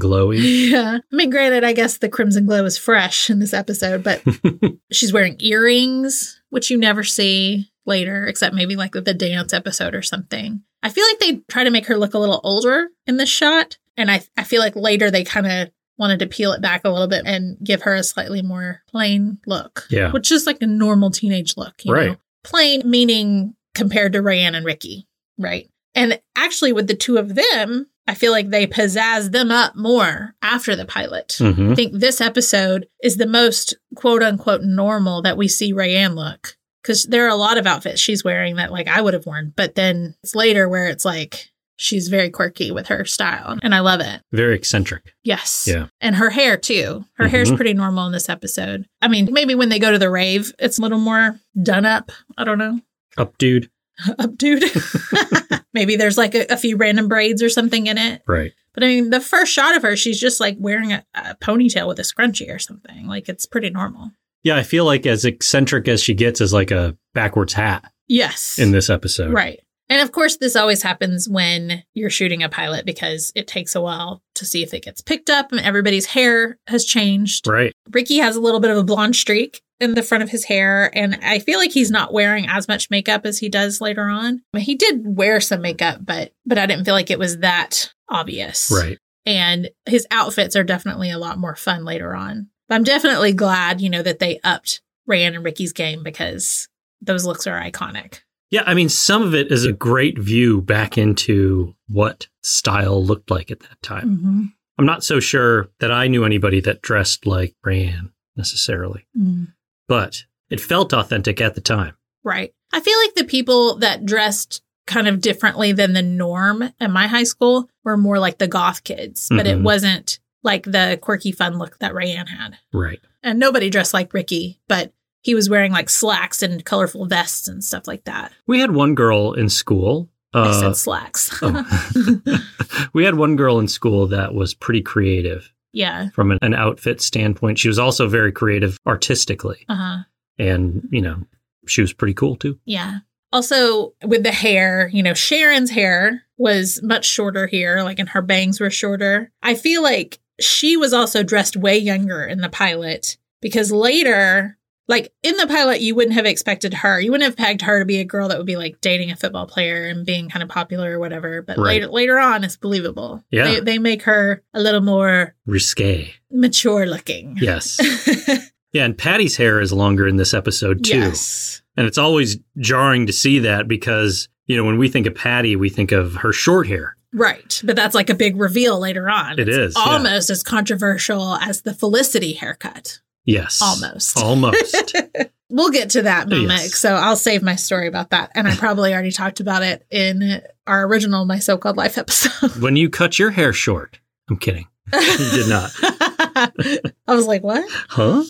Speaker 1: *laughs*
Speaker 2: glowy.
Speaker 1: Yeah. I mean, granted, I guess the crimson glow is fresh in this episode, but
Speaker 2: Mm-hmm.
Speaker 1: she's wearing earrings, which you never see later, except maybe like with the dance episode or something. I feel like they try to make her look a little older in this shot. And I, I feel like later they kind of wanted to peel it back a little bit and give her a slightly more plain look.
Speaker 2: Yeah.
Speaker 1: Which is like a normal teenage look. You
Speaker 2: Right.
Speaker 1: Know? Plain meaning compared to Rayanne and Ricky. Right. And actually, with the two of them, I feel like they pizzazz them up more after the pilot.
Speaker 2: hmm
Speaker 1: I think this episode is the most quote unquote normal that we see Rayanne look. Because there are a lot of outfits she's wearing that like I would have worn, but then it's later where it's like she's very quirky with her style. And I love it.
Speaker 2: Very eccentric.
Speaker 1: Yes.
Speaker 2: Yeah.
Speaker 1: And her hair too. Her hair's
Speaker 2: Mhm.
Speaker 1: pretty normal in this episode. I mean, maybe when they go to the rave, it's a little more done up. I don't know. *laughs*
Speaker 2: Updude.
Speaker 1: Up
Speaker 2: *laughs*
Speaker 1: dude. *laughs* maybe there's like a, a few random braids or something in it.
Speaker 2: Right.
Speaker 1: But I mean, the first shot of her, she's just like wearing a, a ponytail with a scrunchie or something. Like it's pretty normal.
Speaker 2: Yeah. I feel like as eccentric as she gets is like a backwards hat
Speaker 1: Yes.
Speaker 2: in this episode.
Speaker 1: right. And of course, this always happens when you're shooting a pilot because it takes a while to see if it gets picked up and everybody's hair has changed.
Speaker 2: Right.
Speaker 1: Ricky has a little bit of a blonde streak in the front of his hair. And I feel like he's not wearing as much makeup as he does later on. He did wear some makeup, but but I didn't feel like it was that obvious.
Speaker 2: Right.
Speaker 1: and his outfits are definitely a lot more fun later on. But I'm definitely glad, you know, that they upped Rand and Ricky's game because those looks are iconic.
Speaker 2: Yeah. I mean, some of it is a great view back into what style looked like at that time.
Speaker 1: Mm-hmm.
Speaker 2: I'm not so sure that I knew anybody that dressed like Rayanne necessarily, but it felt authentic at the time.
Speaker 1: Right. I feel like the people that dressed kind of differently than the norm at my high school were more like the goth kids, but it
Speaker 2: Mhm.
Speaker 1: wasn't like the quirky fun look that Rayanne had.
Speaker 2: Right.
Speaker 1: And nobody dressed like Ricky, but he was wearing like slacks and colorful vests and stuff like that.
Speaker 2: We had one girl in school.
Speaker 1: I
Speaker 2: Uh,
Speaker 1: said slacks.
Speaker 2: *laughs* oh. *laughs* we had one girl in school that was pretty creative
Speaker 1: *laughs* yeah.
Speaker 2: from an, an outfit standpoint. She was also very creative artistically,
Speaker 1: Uh huh.
Speaker 2: and, you know, she was pretty cool too.
Speaker 1: Yeah. Also, with the hair, you know, Sharon's hair was much shorter here, like, and her bangs were shorter. I feel like she was also dressed way younger in the pilot because later, like, in the pilot, you wouldn't have expected her. You wouldn't have pegged her to be a girl that would be like dating a football player and being kind of popular or whatever. But
Speaker 2: Right.
Speaker 1: later, later on, it's believable.
Speaker 2: Yeah.
Speaker 1: They, they make her a little more
Speaker 2: Risque.
Speaker 1: mature looking. *laughs*
Speaker 2: Yes. yeah. And Patty's hair is longer in this episode too.
Speaker 1: yes.
Speaker 2: And it's always jarring to see that because, you know, when we think of Patty, we think of her short hair.
Speaker 1: Right. But that's like a big reveal later on.
Speaker 2: It
Speaker 1: it's
Speaker 2: is, yeah.
Speaker 1: Almost as controversial as the Felicity haircut.
Speaker 2: Yes.
Speaker 1: Almost.
Speaker 2: Almost.
Speaker 1: We'll get to that moment.
Speaker 2: Yes.
Speaker 1: So I'll save my story about that. And I probably already talked about it in our original My So Called Life episode. *laughs*
Speaker 2: when you cut your hair short. I'm kidding. You
Speaker 1: *laughs*
Speaker 2: did not.
Speaker 1: I was like, what?
Speaker 2: Huh?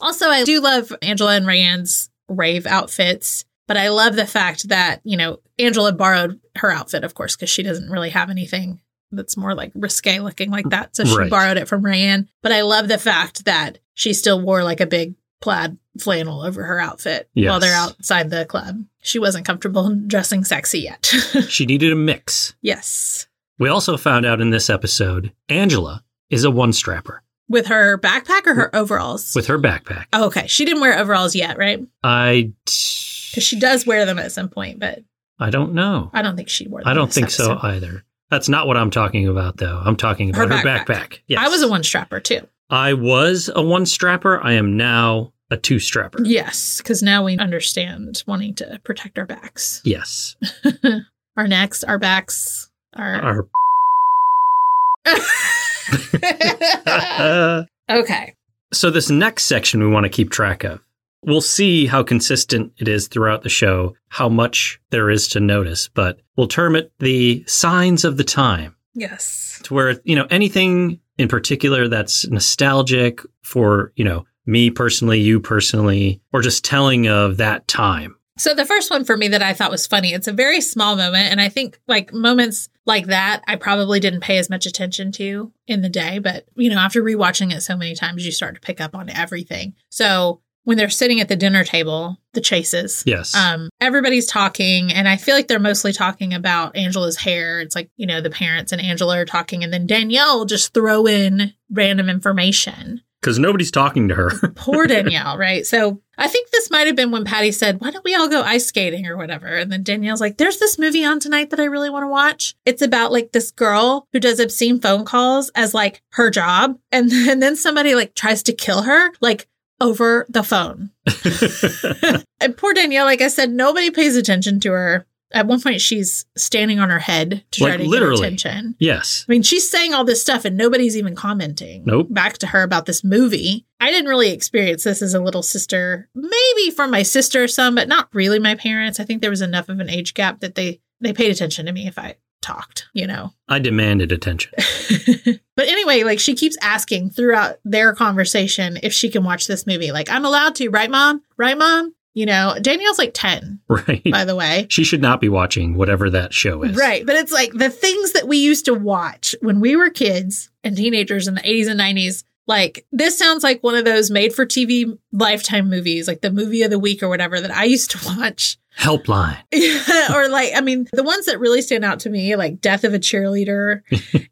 Speaker 1: also, I do love Angela and Rayanne's rave outfits, but I love the fact that, you know, Angela borrowed her outfit, of course, because she doesn't really have anything that's more like risque looking like that. So she
Speaker 2: Right.
Speaker 1: borrowed it from Rayanne. But I love the fact that she still wore like a big plaid flannel over her outfit while they're
Speaker 2: Yes.
Speaker 1: outside the club. She wasn't comfortable dressing sexy yet. *laughs*
Speaker 2: She needed a mix.
Speaker 1: yes.
Speaker 2: We also found out in this episode Angela is a one strapper
Speaker 1: With her backpack or her overalls?
Speaker 2: with her backpack.
Speaker 1: oh, okay. She didn't wear overalls yet, right?
Speaker 2: I
Speaker 1: Because she does wear them at some point, but
Speaker 2: I don't know.
Speaker 1: I don't think she wore them.
Speaker 2: I
Speaker 1: in
Speaker 2: don't
Speaker 1: this
Speaker 2: think so
Speaker 1: episode.
Speaker 2: either. That's not what I'm talking about though. I'm talking about
Speaker 1: Her
Speaker 2: her,
Speaker 1: backpack.
Speaker 2: backpack. Yes.
Speaker 1: I was a one strapper too.
Speaker 2: I was a one strapper. I am now a two strapper.
Speaker 1: Yes, because now we understand wanting to protect our backs,
Speaker 2: Yes.
Speaker 1: our necks, our backs, our.
Speaker 2: Our- *laughs*
Speaker 1: okay. *laughs*
Speaker 2: uh, so this next section we want to keep track of We'll see how consistent it is throughout the show, how much there is to notice, but we'll term it the signs of the time
Speaker 1: Yes.
Speaker 2: to where you know anything in particular that's nostalgic for you know me personally you personally or just telling of that time
Speaker 1: So the first one for me that I thought was funny, it's a very small moment. And I think like moments like that, I probably didn't pay as much attention to in the day. But, you know, after rewatching it so many times, you start to pick up on everything. So when they're sitting at the dinner table, the chases,
Speaker 2: yes
Speaker 1: um, everybody's talking, and I feel like they're mostly talking about Angela's hair. It's like, you know, the parents and Angela are talking, and then Danielle will just throw in random information.
Speaker 2: because nobody's talking to her *laughs*
Speaker 1: Poor Danielle, right? So I think this might have been when Patty said, Why don't we all go ice skating or whatever? And then Danielle's like, There's this movie on tonight that I really want to watch. It's about like this girl who does obscene phone calls as like her job. And, *laughs* and then somebody like tries to kill her, like over the phone.
Speaker 2: *laughs*
Speaker 1: And poor Danielle, like I said, nobody pays attention to her. At one point, she's standing on her head to try
Speaker 2: Like,
Speaker 1: to
Speaker 2: literally.
Speaker 1: get attention.
Speaker 2: yes
Speaker 1: I mean, she's saying all this stuff and nobody's even commenting
Speaker 2: Nope.
Speaker 1: back to her about this movie. I didn't really experience this as a little sister, maybe from my sister some, but not really my parents. I think there was enough of an age gap that they they paid attention to me if I talked, you know. *laughs*
Speaker 2: i demanded attention
Speaker 1: but anyway, like she keeps asking throughout their conversation if she can watch this movie. Like, I'm allowed to, right, mom? Right, mom? You know, Danielle's like 10
Speaker 2: right
Speaker 1: by the way.
Speaker 2: she should not be watching whatever that show is
Speaker 1: Right. But it's like the things that we used to watch when we were kids and teenagers in the 80s and 90s. Like, this sounds like one of those made for TV lifetime movies, like the movie of the week or whatever that I used to watch. *laughs*
Speaker 2: helpline
Speaker 1: or, like, I mean, the ones that really stand out to me, like Death of a Cheerleader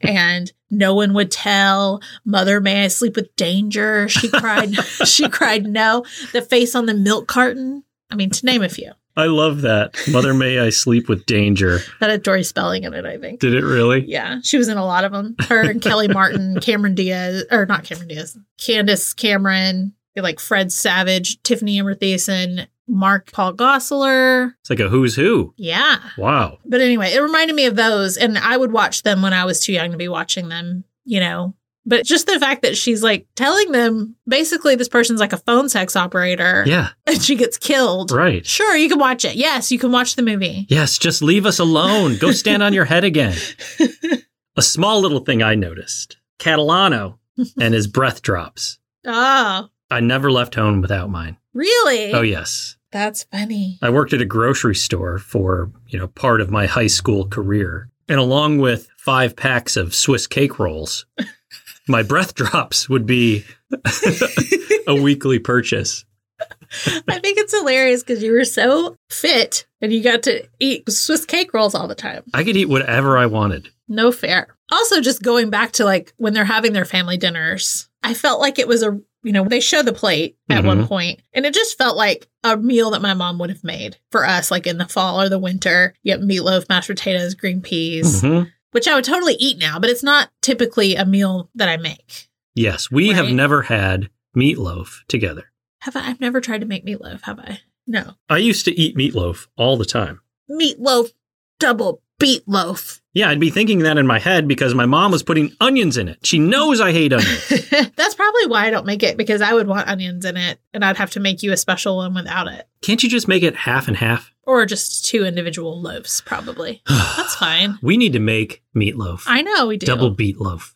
Speaker 1: and No One Would Tell, Mother May I Sleep with Danger. She cried, she cried no. The Face on the Milk Carton. I mean, to name a few
Speaker 2: i love that mother may i sleep with danger
Speaker 1: that had Dory Spelling in it, I think.
Speaker 2: did it really
Speaker 1: Yeah, she was in a lot of them. Her and
Speaker 2: *laughs*
Speaker 1: Kelly Martin, Cameron Diaz, or not Cameron Diaz, Candace Cameron, like Fred Savage, Tiffany Amber Thiessen, Mark Paul Gosselaar.
Speaker 2: it's like a who's who
Speaker 1: Yeah.
Speaker 2: wow
Speaker 1: But anyway, it reminded me of those. And I would watch them when I was too young to be watching them, you know. But just the fact that she's like telling them basically this person's like a phone sex operator
Speaker 2: yeah
Speaker 1: *laughs* and she gets killed.
Speaker 2: right
Speaker 1: Sure, you can watch it. Yes, you can watch the movie.
Speaker 2: Yes, just leave us alone. Go stand on your head again. A small little thing I noticed Catalano and his breath drops.
Speaker 1: Oh,
Speaker 2: I never left home without mine.
Speaker 1: really?
Speaker 2: Oh, yes.
Speaker 1: That's funny.
Speaker 2: I worked at a grocery store for, you know, part of my high school career. And along with five packs of Swiss cake rolls, my breath drops would be *laughs* a weekly purchase.
Speaker 1: I think it's hilarious because you were so fit and you got to eat Swiss cake rolls all the time.
Speaker 2: I could eat whatever I wanted.
Speaker 1: No fair. Also, just going back to like when they're having their family dinners, I felt like it was a, you know, they show the plate at one
Speaker 2: Mhm.
Speaker 1: point, and it just felt like a meal that my mom would have made for us, like in the fall or the winter. You have meatloaf, mashed potatoes, green peas,
Speaker 2: Mhm.
Speaker 1: which I would totally eat now, but it's not typically a meal that I make.
Speaker 2: Yes, we have
Speaker 1: Right.
Speaker 2: never had meatloaf together.
Speaker 1: Have I? I've never tried to make meatloaf, have I? No.
Speaker 2: I used to eat meatloaf all the time.
Speaker 1: Meatloaf, double beatloaf.
Speaker 2: Yeah, I'd be thinking that in my head because my mom was putting onions in it. She knows I hate onions.
Speaker 1: *laughs* That's probably why I don't make it because I would want onions in it and I'd have to make you a special one without it.
Speaker 2: Can't you just make it half and half?
Speaker 1: Or just two individual loaves, probably. That's fine.
Speaker 2: We need to make meatloaf.
Speaker 1: I know we do.
Speaker 2: Double beatloaf.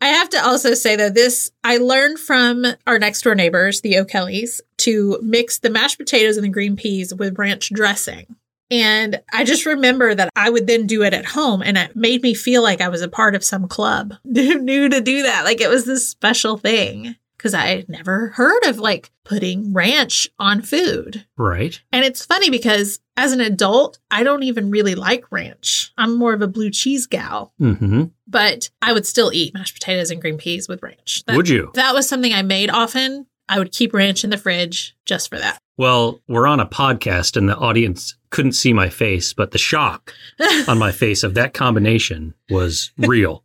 Speaker 1: I have to also say though, this I learned from our next door neighbors, the O'Kellys, to mix the mashed potatoes and the green peas with ranch dressing. And I just remember that I would then do it at home and it made me feel like I was a part of some club *laughs* who knew to do that. Like it was this special thing because I had never heard of like putting ranch on food.
Speaker 2: Right?
Speaker 1: And it's funny because as an adult, I don't even really like ranch. I'm more of a blue cheese gal
Speaker 2: Mm-hmm.
Speaker 1: but I would still eat mashed potatoes and green peas with ranch. That,
Speaker 2: Would you?
Speaker 1: That was something I made often. I would keep ranch in the fridge just for that.
Speaker 2: Well, we're on a podcast and the audience couldn't see my face, but
Speaker 1: *laughs*
Speaker 2: the shock on my face of that combination was
Speaker 1: *laughs*
Speaker 2: real.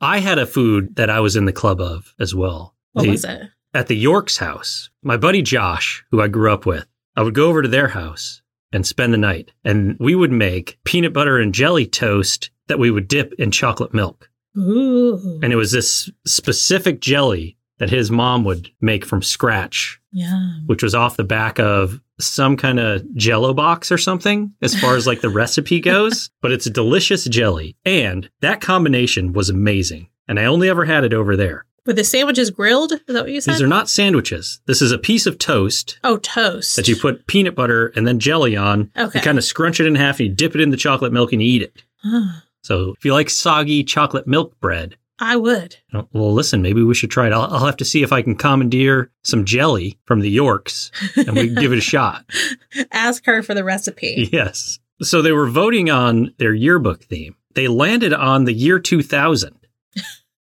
Speaker 2: I had a food that I was in the club of as well.
Speaker 1: What
Speaker 2: The-
Speaker 1: was it?
Speaker 2: at the York's house, my buddy Josh, who I grew up with, I would go over to their house and spend the night. And we would make peanut butter and jelly toast that we would dip in chocolate milk.
Speaker 1: Ooh.
Speaker 2: And it was this specific jelly that his mom would make from scratch
Speaker 1: Yeah.
Speaker 2: which was off the back of some kind of jello box or something as far as like the recipe goes, but it's delicious jelly. And that combination was amazing. And I only ever had it over there.
Speaker 1: Were the sandwiches grilled? Is that what you said?
Speaker 2: These are not sandwiches. This is a piece of toast
Speaker 1: oh, toast.
Speaker 2: that you put peanut butter and then jelly on.
Speaker 1: Okay.
Speaker 2: You kind of scrunch it in half and you dip it in the chocolate milk and you eat it.
Speaker 1: Ah,
Speaker 2: So if you like soggy chocolate milk bread,
Speaker 1: I would.
Speaker 2: you know, well, listen, maybe we should try it. I'll, I'll have to see if I can commandeer some jelly from the Yorks and we can give it a shot.
Speaker 1: Ask her for the recipe.
Speaker 2: Yes. So they were voting on their yearbook theme. They landed on the year 2000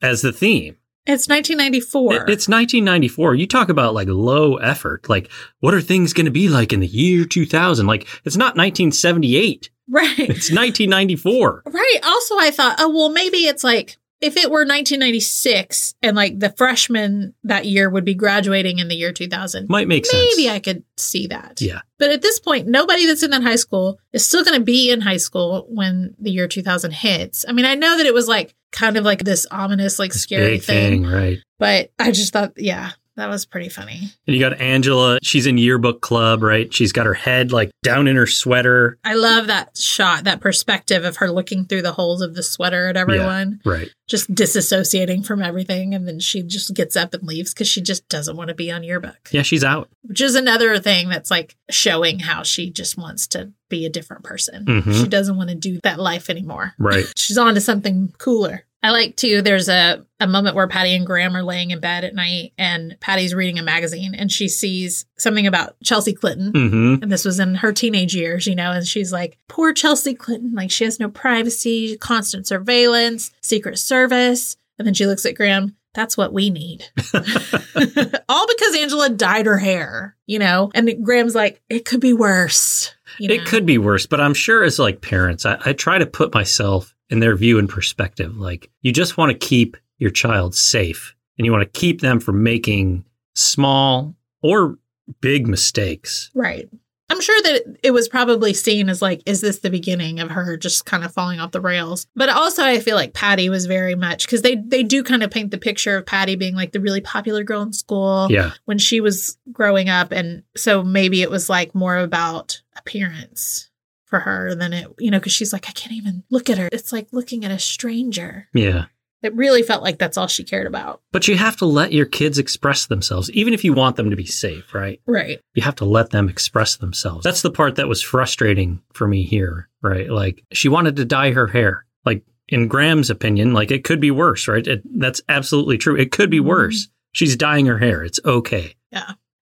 Speaker 2: as the theme.
Speaker 1: It's 1994.
Speaker 2: It- it's 1994. You talk about like low effort. Like, what are things going to be like in the year 2000? Like, it's not 1978,
Speaker 1: *laughs* right.
Speaker 2: it's 1994.
Speaker 1: Right. Also, I thought, oh, well, maybe it's like if it were 1996 and like the freshmen that year would be graduating in the year 2000,
Speaker 2: Might make sense.
Speaker 1: maybe I could see that.
Speaker 2: Yeah.
Speaker 1: But at this point, nobody that's in that high school is still going to be in high school when the year 2000 hits. I mean, I know that it was like kind of like this ominous, like scary
Speaker 2: Big
Speaker 1: thing,
Speaker 2: thing, right?
Speaker 1: but I just thought, yeah, that was pretty funny.
Speaker 2: And you got Angela. She's in yearbook club, right? She's got her head like down in her sweater.
Speaker 1: I love that shot, that perspective of her looking through the holes of the sweater at everyone.
Speaker 2: Right.
Speaker 1: just disassociating from everything and then she just gets up and leaves because she just doesn't want to be on yearbook
Speaker 2: Yeah, she's out.
Speaker 1: which is another thing that's like showing how she just wants to be a different person
Speaker 2: Mhm.
Speaker 1: she doesn't want to do that life anymore *laughs*
Speaker 2: Right.
Speaker 1: she's on to something cooler i like too there's a, a moment where patty and graham are laying in bed at night and patty's reading a magazine and she sees something about chelsea clinton
Speaker 2: hmm
Speaker 1: and this was in her teenage years, you know, and she's like, poor Chelsea Clinton, like she has no privacy, constant surveillance, secret service. And then she looks at Graham, that's what we need.
Speaker 2: *laughs*
Speaker 1: *laughs* All because Angela dyed her hair, you know, and Graham's like, it could be worse. You know?
Speaker 2: It could be worse, but I'm sure as like parents, I, I try to put myself in their view and perspective. Like you just want to keep your child safe and you want to keep them from making small or big mistakes.
Speaker 1: Right. I'm sure that it was probably seen as like, is this the beginning of her just kind of falling off the rails? But also, I feel like Patty was very much because they they do kind of paint the picture of Patty being like the really popular girl in school
Speaker 2: Yeah.
Speaker 1: when she was growing up, and so maybe it was like more about appearance for her than it, you know, because she's like, I can't even look at her. It's like looking at a stranger.
Speaker 2: Yeah.
Speaker 1: It really felt like that's all she cared about.
Speaker 2: But you have to let your kids express themselves, even if you want them to be safe, right?
Speaker 1: Right.
Speaker 2: You have to let them express themselves. That's the part that was frustrating for me here, right? Like she wanted to dye her hair. Like in Graham's opinion, like it could be worse, right? It, that's absolutely true. It could be worse. She's dyeing her hair. It's okay.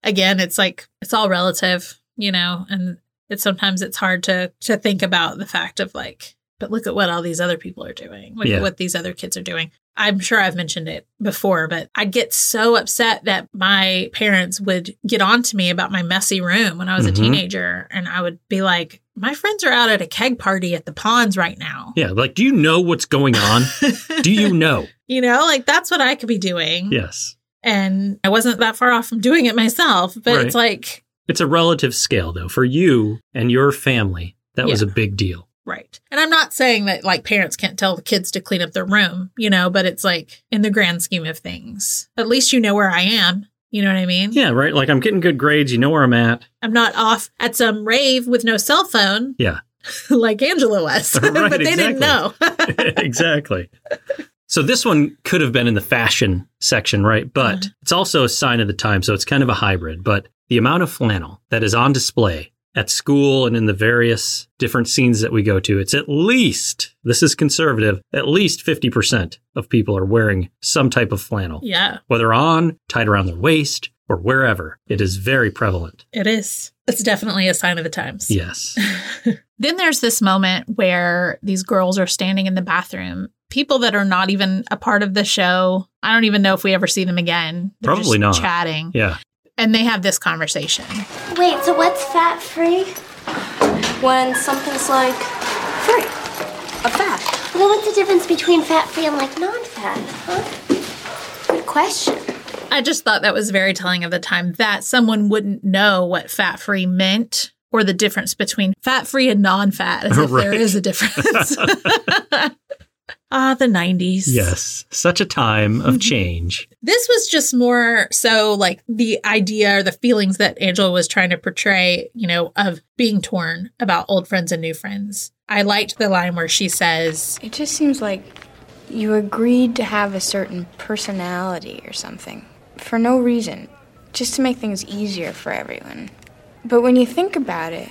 Speaker 1: again it's like it's all relative you know and it's sometimes it's hard to to think about the fact of like but look at what all these other people are doing look
Speaker 2: Yeah.
Speaker 1: at what these other kids are doing i'm sure i've mentioned it before but i get so upset that my parents would get on to me about my messy room when i was
Speaker 2: Mhm.
Speaker 1: a teenager and i would be like my friends are out at a keg party at the ponds right now
Speaker 2: Yeah. Like, do you know what's going on? do you know?
Speaker 1: you know like that's what i could be doing
Speaker 2: Yes.
Speaker 1: and i wasn't that far off from doing it myself but it's like
Speaker 2: It's a relative scale, though. For you and your family, that was a big deal.
Speaker 1: Right. And I'm not saying that like parents can't tell the kids to clean up their room, you know, but it's like in the grand scheme of things, at least you know where I am. You know what I mean?
Speaker 2: Yeah. Right. Like, I'm getting good grades. You know where I'm at.
Speaker 1: I'm not off at some rave with no cell phone. *laughs*
Speaker 2: Yeah.
Speaker 1: like Angela was,
Speaker 2: *laughs* Right,
Speaker 1: but they
Speaker 2: exactly.
Speaker 1: didn't know. *laughs*
Speaker 2: *laughs* exactly. So this one could have been in the fashion section, right? But it's also a sign of the time, so it's kind of a hybrid. But the amount of flannel that is on display at school and in the various different scenes that we go to, it's at least, this is conservative, at least 50% of people are wearing some type of flannel,
Speaker 1: yeah,
Speaker 2: whether on, tied around their waist, or wherever. It is very prevalent.
Speaker 1: it is. It's definitely a sign of the times.
Speaker 2: Yes.
Speaker 1: Then there's this moment where these girls are standing in the bathroom. People that are not even a part of the show. I don't even know if we ever see them again. They're just
Speaker 2: Probably not.
Speaker 1: Chatting.
Speaker 2: Yeah.
Speaker 1: And they have this conversation.
Speaker 7: Wait, so what's fat free? When something's like free. A fat. Well, what's the difference between fat free and like non fat, huh? Good question.
Speaker 1: I just thought that was very telling of the time that someone wouldn't know what fat free meant or the difference between fat free and non fat, as if
Speaker 2: Right.
Speaker 1: there is a difference. Ah, the 90s.
Speaker 2: Yes, such a time of change.
Speaker 1: This was just more so like the idea or the feelings that Angela was trying to portray, you know, of being torn about old friends and new friends. I liked the line where she says,
Speaker 6: It just seems like you agreed to have a certain personality or something for no reason, just to make things easier for everyone. But when you think about it,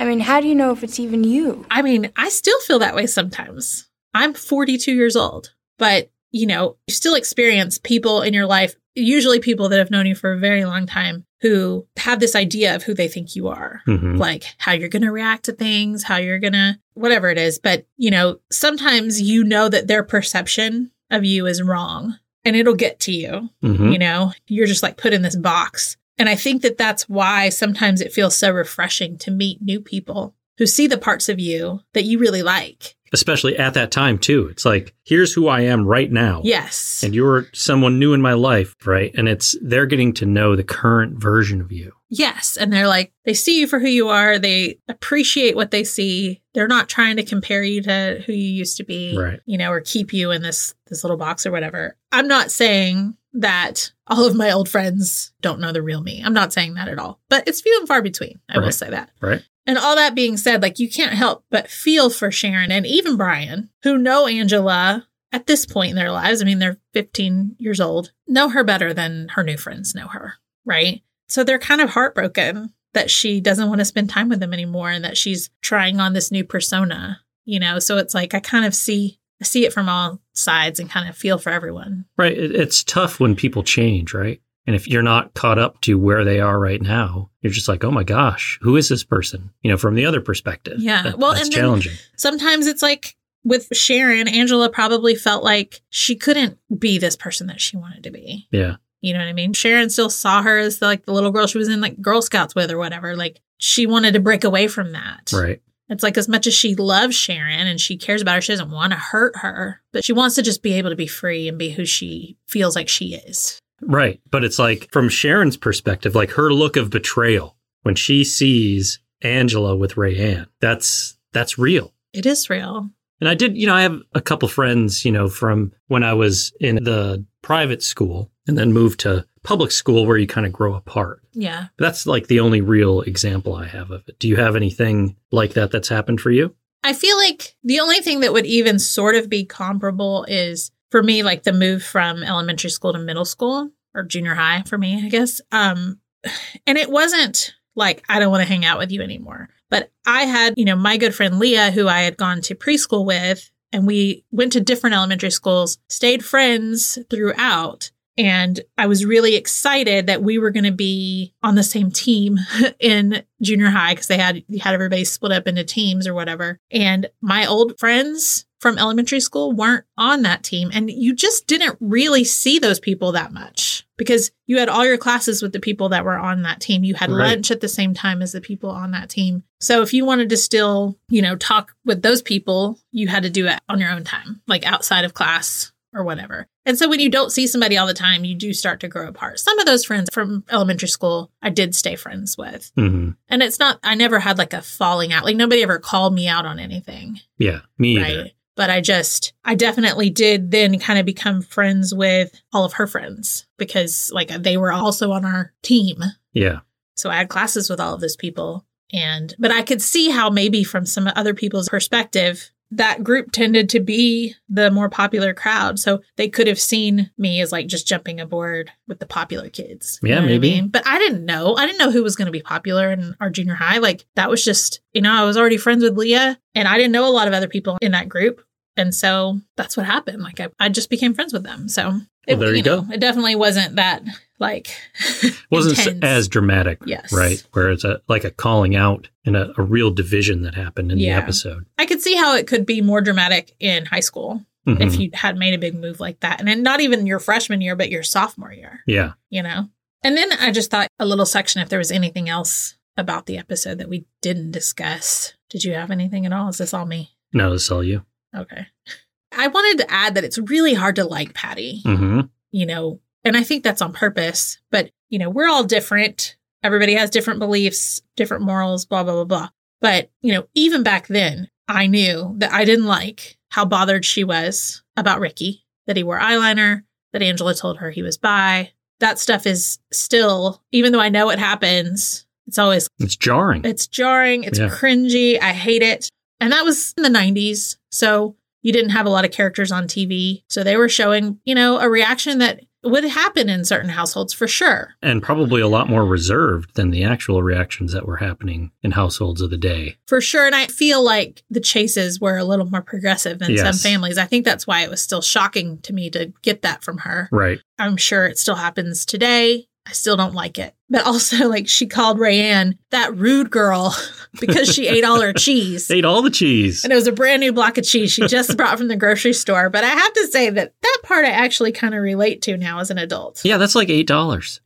Speaker 6: I mean, how do you know if it's even you?
Speaker 1: I mean, I still feel that way sometimes. I'm 42 years old, but you know, you still experience people in your life, usually people that have known you for a very long time, who have this idea of who they think you are,
Speaker 2: Mhm.
Speaker 1: like how you're going to react to things, how you're going to whatever it is. But, you know, sometimes you know that their perception of you is wrong and it'll get to you
Speaker 2: Mhm.
Speaker 1: you know you're just like put in this box and i think that that's why sometimes it feels so refreshing to meet new people who see the parts of you that you really like
Speaker 2: Especially at that time, too. It's like, here's who I am right now.
Speaker 1: yes
Speaker 2: And you're someone new in my life, right? And it's they're getting to know the current version of you.
Speaker 1: yes and they're like they see you for who you are they appreciate what they see they're not trying to compare you to who you used to be
Speaker 2: Right.
Speaker 1: you know or keep you in this this little box or whatever i'm not saying that all of my old friends don't know the real me i'm not saying that at all but it's few and far between i will
Speaker 2: Right.
Speaker 1: say that
Speaker 2: Right.
Speaker 1: And all that being said, like you can't help but feel for Sharon and even Brian, who know Angela at this point in their lives. I mean, they're 15 years old, know her better than her new friends know her, right? So they're kind of heartbroken that she doesn't want to spend time with them anymore and that she's trying on this new persona, you know? So it's like I kind of see I see it from all sides and kind of feel for everyone.
Speaker 2: Right. It, it's tough when people change, right? And if you're not caught up to where they are right now, you're just like, oh my gosh, who is this person? You know, from the other perspective.
Speaker 1: Yeah.
Speaker 2: That-
Speaker 1: Well,
Speaker 2: that's
Speaker 1: and then-
Speaker 2: challenging.
Speaker 1: sometimes it's like with Sharon, Angela probably felt like she couldn't be this person that she wanted to be.
Speaker 2: Yeah.
Speaker 1: You know what I mean? Sharon still saw her as the, like the little girl she was in like Girl Scouts with or whatever. Like she wanted to break away from that.
Speaker 2: Right.
Speaker 1: It's like as much as she loves Sharon and she cares about her, she doesn't want to hurt her, but she wants to just be able to be free and be who she feels like she is.
Speaker 2: Right. But it's like from Sharon's perspective, like her look of betrayal when she sees Angela with Rayanne, that's that's real.
Speaker 1: It is real.
Speaker 2: And I did, you know, I have a couple friends, you know, from when I was in the private school and then moved to public school where you kind of grow apart.
Speaker 1: Yeah.
Speaker 2: But that's like the only real example I have of it. Do you have anything like that that's happened for you?
Speaker 1: I feel like the only thing that would even sort of be comparable is for me, like the move from elementary school to middle school or junior high for me, I guess. Um, *sighs* and it wasn't like, I don't want to hang out with you anymore. But I had, you know, my good friend Leah, who I had gone to preschool with, and we went to different elementary schools, stayed friends throughout. And I was really excited that we were going to be on the same team *laughs* in junior high because they had had everybody split up into teams or whatever. And my old friends from elementary school weren't on that team, and you just didn't really see those people that much because you had all your classes with the people that were on that team. You had
Speaker 2: Right.
Speaker 1: lunch at the same time as the people on that team. So if you wanted to still, you know, talk with those people, you had to do it on your own time, like outside of class or whatever. And so when you don't see somebody all the time, you do start to grow apart. Some of those friends from elementary school, I did stay friends with.
Speaker 2: Mm-hmm.
Speaker 1: And it's not, I never had like a falling out. Like nobody ever called me out on anything.
Speaker 2: Yeah, me either.
Speaker 1: Right. But I just, I definitely did then kind of become friends with all of her friends because like they were also on our team.
Speaker 2: Yeah,
Speaker 1: So I had classes with all of those people. And, but I could see how maybe from some other people's perspective, that group tended to be the more popular crowd. So they could have seen me as like just jumping aboard with the popular kids.
Speaker 2: Yeah,
Speaker 1: what I
Speaker 2: maybe.
Speaker 1: mean? But I didn't know. I didn't know who was going to be popular in our junior high. Like that was just, you know, I was already friends with Leah and I didn't know a lot of other people in that group. And so that's what happened. Like I, I just became friends with them. So
Speaker 2: Well, there you go.
Speaker 1: It definitely wasn't that like *laughs*
Speaker 2: wasn't s
Speaker 1: intense.
Speaker 2: as dramatic.
Speaker 1: Yes.
Speaker 2: right. Where it's a like a calling out and a, a real division that happened in
Speaker 1: Yeah.
Speaker 2: the episode.
Speaker 1: I could see how it could be more dramatic in high school
Speaker 2: Mhm.
Speaker 1: if you had made a big move like that. And then not even your freshman year, but your sophomore year,
Speaker 2: yeah,
Speaker 1: you know? And then I just thought a little section if there was anything else about the episode that we didn't discuss. Did you have anything at all? Is this all me?
Speaker 2: no, this all you.
Speaker 1: Okay. *laughs* I wanted to add that it's really hard to like Patty,
Speaker 2: hmm
Speaker 1: you know, and I think that's on purpose, but, you know, we're all different. Everybody has different beliefs, different morals, blah, blah, blah, blah. But, you know, even back then, I knew that I didn't like how bothered she was about Ricky, that he wore eyeliner, that Angela told her he was bi. That stuff is still, even though I know it happens, it's always,
Speaker 2: It's jarring.
Speaker 1: it's jarring, it's
Speaker 2: Yeah.
Speaker 1: cringy, I hate it. And that was in the 90s. So you didn't have a lot of characters on TV. So they were showing, you know, a reaction that would happen in certain households for sure.
Speaker 2: and probably a lot more reserved than the actual reactions that were happening in households of the day.
Speaker 1: For sure. And I feel like the chases were a little more progressive than some
Speaker 2: Yes.
Speaker 1: families. I think that's why it was still shocking to me to get that from her.
Speaker 2: Right.
Speaker 1: I'm sure it still happens today. I still don't like it. But also, like, she called Rayanne that rude girl *laughs* because she ate
Speaker 2: *laughs*
Speaker 1: all her cheese.
Speaker 2: Ate all the cheese.
Speaker 1: And it was a brand new block of cheese she just brought from the grocery store. But I have to say that that part I actually kind of relate to now as an adult. *laughs*
Speaker 2: Yeah, that's like eight dollars.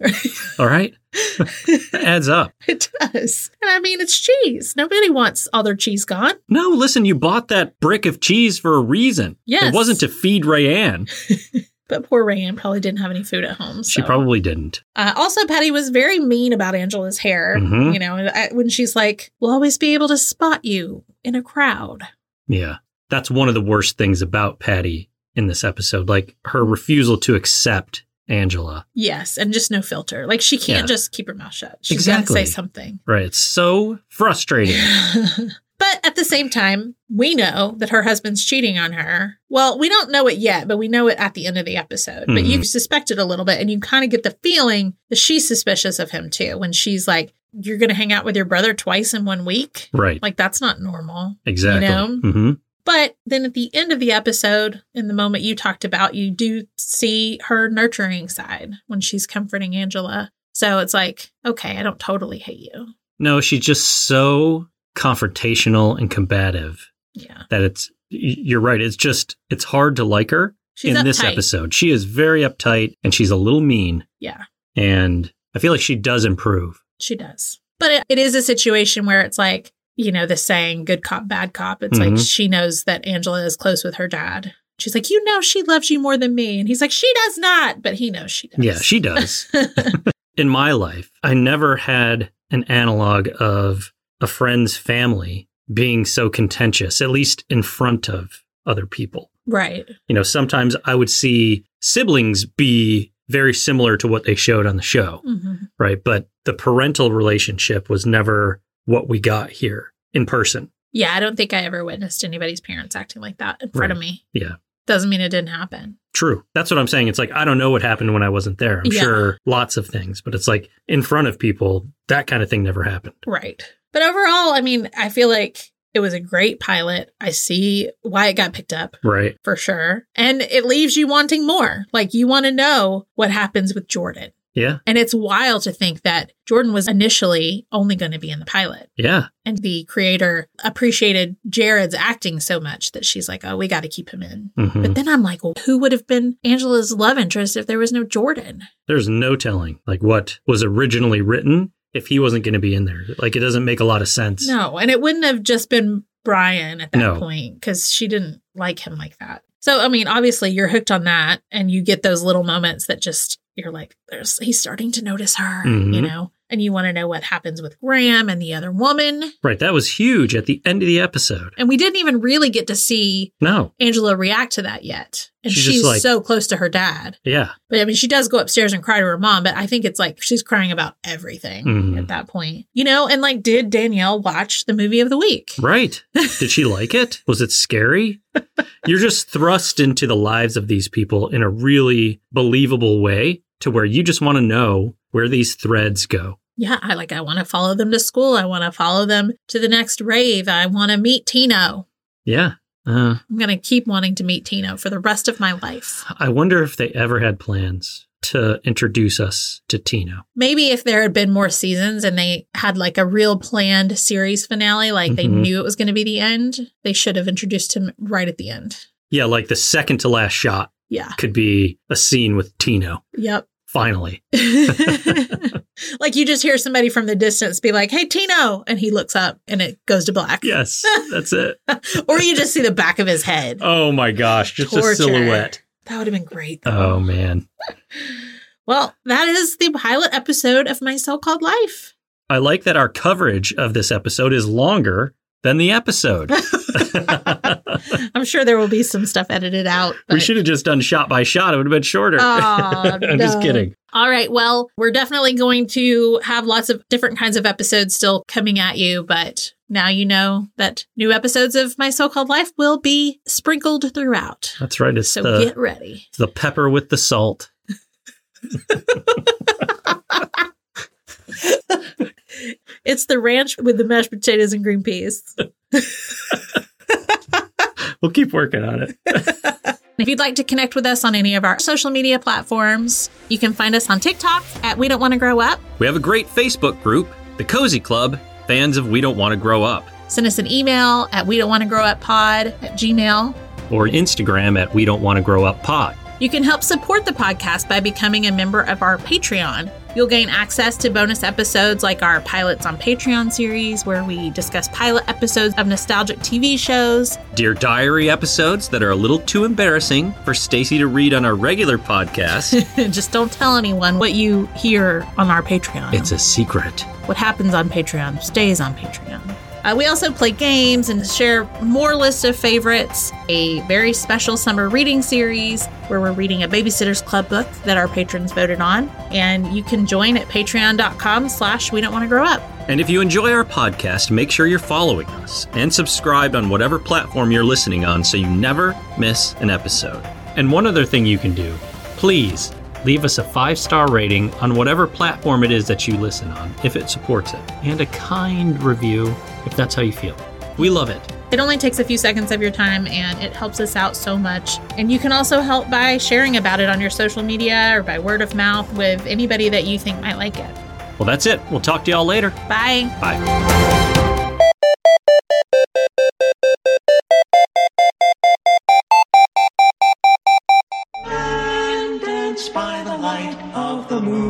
Speaker 2: all right. Adds up.
Speaker 1: It does. And I mean, it's cheese. Nobody wants all their cheese gone.
Speaker 2: No, listen, you bought that brick of cheese for a reason.
Speaker 1: Yes.
Speaker 2: It wasn't to feed Rayanne.
Speaker 1: But poor Rayanne probably didn't have any food at home.
Speaker 2: She
Speaker 1: so.
Speaker 2: probably didn't.
Speaker 1: Uh, also, Patty was very mean about Angela's hair.
Speaker 2: Mhm.
Speaker 1: You know, and I- when she's like, "We'll always be able to spot you in a crowd."
Speaker 2: Yeah. That's one of the worst things about Patty in this episode. Like her refusal to accept Angela.
Speaker 1: Yes, and just no filter. Like she can't
Speaker 2: Yeah.
Speaker 1: just keep her mouth shut. She's got to say
Speaker 2: Exactly.
Speaker 1: something.
Speaker 2: Right. It's so frustrating.
Speaker 1: but at the same time, we know that her husband's cheating on her. Well, we don't know it yet, but we know it at the end of the episode. But
Speaker 2: Hmm.
Speaker 1: you suspect it a little bit, and you kind of get the feeling that she's suspicious of him too when she's like, "You're going to hang out with your brother twice in one week."
Speaker 2: Right.
Speaker 1: Like that's not normal.
Speaker 2: exactly.
Speaker 1: you know?
Speaker 2: hmm
Speaker 1: But then at the end of the episode, in the moment you talked about, you do see her nurturing side when she's comforting Angela. So it's like, okay, I don't totally hate you.
Speaker 2: No, she's just so confrontational and combative
Speaker 1: Yeah.
Speaker 2: that it's y- you're right. It's just it's hard to like her
Speaker 1: She's
Speaker 2: in this
Speaker 1: uptight.
Speaker 2: episode. She is very uptight and she's a little mean
Speaker 1: Yeah,
Speaker 2: and I feel like she does improve.
Speaker 1: she does. But it, it is a situation where it's like, you know, the saying, good cop, bad cop. It's like
Speaker 2: Mhm.
Speaker 1: she knows that Angela is close with her dad. She's like, you know, she loves you more than me. And he's like, she does not. But he knows she does.
Speaker 2: Yeah, she does.
Speaker 1: *laughs*
Speaker 2: in my life, I never had an analog of a friend's family being so contentious, at least in front of other people.
Speaker 1: right.
Speaker 2: You know, sometimes I would see siblings be very similar to what they showed on the show.
Speaker 1: hmm
Speaker 2: right? But the parental relationship was never what we got here in person.
Speaker 1: Yeah, I don't think I ever witnessed anybody's parents acting like that in front of
Speaker 2: Right.
Speaker 1: me.
Speaker 2: Yeah.
Speaker 1: Doesn't mean it didn't happen.
Speaker 2: True. That's what I'm saying. It's like, I don't know what happened when I wasn't there. I'm
Speaker 1: Yeah.
Speaker 2: sure lots of things, but it's like in front of people, that kind of thing never happened.
Speaker 1: Right. But overall, I mean, I feel like it was a great pilot. I see why it got picked up
Speaker 2: Right.
Speaker 1: for sure. And it leaves you wanting more. Like, you want to know what happens with Jordan.
Speaker 2: Yeah.
Speaker 1: And it's wild to think that Jordan was initially only going to be in the pilot.
Speaker 2: Yeah.
Speaker 1: And the creator appreciated Jared's acting so much that she's like, oh, we got to keep him in.
Speaker 2: hmm
Speaker 1: But then I'm like, well, who would have been Angela's love interest if there was no Jordan?
Speaker 2: There's no telling like what was originally written if he wasn't going to be in there. Like it doesn't make a lot of sense.
Speaker 1: No, and it wouldn't have just been Brian at that
Speaker 2: No.
Speaker 1: point because she didn't like him like that. So I mean, obviously you're hooked on that, and you get those little moments that just you're like, "There's he's starting to notice her," you
Speaker 2: Mhm.
Speaker 1: know, and you want to know what happens with Graham and the other woman.
Speaker 2: Right. That was huge at the end of the episode.
Speaker 1: And we didn't even really get to see
Speaker 2: No.
Speaker 1: Angela react to that yet, and
Speaker 2: She's
Speaker 1: she's,
Speaker 2: just like-
Speaker 1: so close to her dad.
Speaker 2: Yeah.
Speaker 1: But I mean, she does go upstairs and cry to her mom, but I think it's like she's crying about everything
Speaker 2: Mhm.
Speaker 1: at that point, you know. And like, did Danielle watch the movie of the week?
Speaker 2: Right. Did she like it? Was it scary? You're just thrust into the lives of these people in a really believable way to where you just want to know where these threads go.
Speaker 1: Yeah, I like I want to follow them to school. I want to follow them to the next rave. I want to meet Tino.
Speaker 2: Yeah. Uh,
Speaker 1: I'm going to keep wanting to meet Tino for the rest of my life.
Speaker 2: I wonder if they ever had plans to introduce us to Tino.
Speaker 1: Maybe if there had been more seasons and they had like a real planned series finale, like they
Speaker 2: Mhm.
Speaker 1: knew it was going to be the end, they should have introduced him right at the end.
Speaker 2: Yeah, like the second to last shot
Speaker 1: Yeah.
Speaker 2: could be a scene with Tino.
Speaker 1: Yep.
Speaker 2: Finally.
Speaker 1: *laughs* like you just hear somebody from the distance be like, "Hey Tino," and he looks up and it goes to black.
Speaker 2: Yes, that's it.
Speaker 1: Or you just see the back of his head.
Speaker 2: Oh my gosh, just
Speaker 1: Torture.
Speaker 2: a silhouette.
Speaker 1: That would have been great.
Speaker 2: Oh man.
Speaker 1: Well, that is the pilot episode of My So Called Life. *laughs*
Speaker 2: I like that our coverage of this episode is longer than the episode.
Speaker 1: I'm sure there will be some stuff edited out.
Speaker 2: we
Speaker 1: but-
Speaker 2: should have just done shot by shot. It would have been shorter.
Speaker 1: Aw,
Speaker 2: *laughs* I'm just
Speaker 1: no.
Speaker 2: kidding.
Speaker 1: All right. Well, we're definitely going to have lots of different kinds of episodes still coming at you, but now you know that new episodes of My So Called Life will be sprinkled throughout.
Speaker 2: That's right. It's
Speaker 1: So
Speaker 2: the
Speaker 1: get ready.
Speaker 2: it's the pepper with the salt.
Speaker 1: It's the ranch with the mashed potatoes and green peas.
Speaker 2: We'll keep working on it.
Speaker 1: If you'd like to connect with us on any of our social media platforms, you can find us on TikTok at We Don't Want to Grow Up.
Speaker 2: We have a great Facebook group, the Cozy Club, fans of We Don't Want to Grow Up,
Speaker 1: Send us an email at We Don't Want to Grow Up Pod at Gmail.
Speaker 2: or Instagram at We Don't Want to Grow Up Pod.
Speaker 1: You can help support the podcast by becoming a member of our Patreon. You'll gain access to bonus episodes like our Pilots on Patreon series, where we discuss pilot episodes of nostalgic TV shows. *laughs*
Speaker 2: Dear Diary episodes that are a little too embarrassing for Stacy to read on our
Speaker 1: *laughs*
Speaker 2: regular podcast.
Speaker 1: Just don't tell anyone what you hear on our Patreon.
Speaker 2: it's a secret.
Speaker 1: what happens on Patreon stays on Patreon. Uh, we also play games and share more lists of favorites, a very special summer reading series where we're reading a Babysitter's Club book that our patrons voted on. And you can join at patreon.com slash we don't want to grow up.
Speaker 2: And if you enjoy our podcast, make sure you're following us and subscribed on whatever platform you're listening on so you never miss an episode. And one other thing you can do please leave us a five star rating on whatever platform it is that you listen on if it supports it, and a kind review if that's how you feel. We love it.
Speaker 1: It only takes a few seconds of your time and it helps us out so much. And you can also help by sharing about it on your social media or by word of mouth with anybody that you think might like it.
Speaker 2: Well, that's it. We'll talk to y'all later.
Speaker 1: Bye.
Speaker 2: Bye.
Speaker 9: and dance by the light of the moon.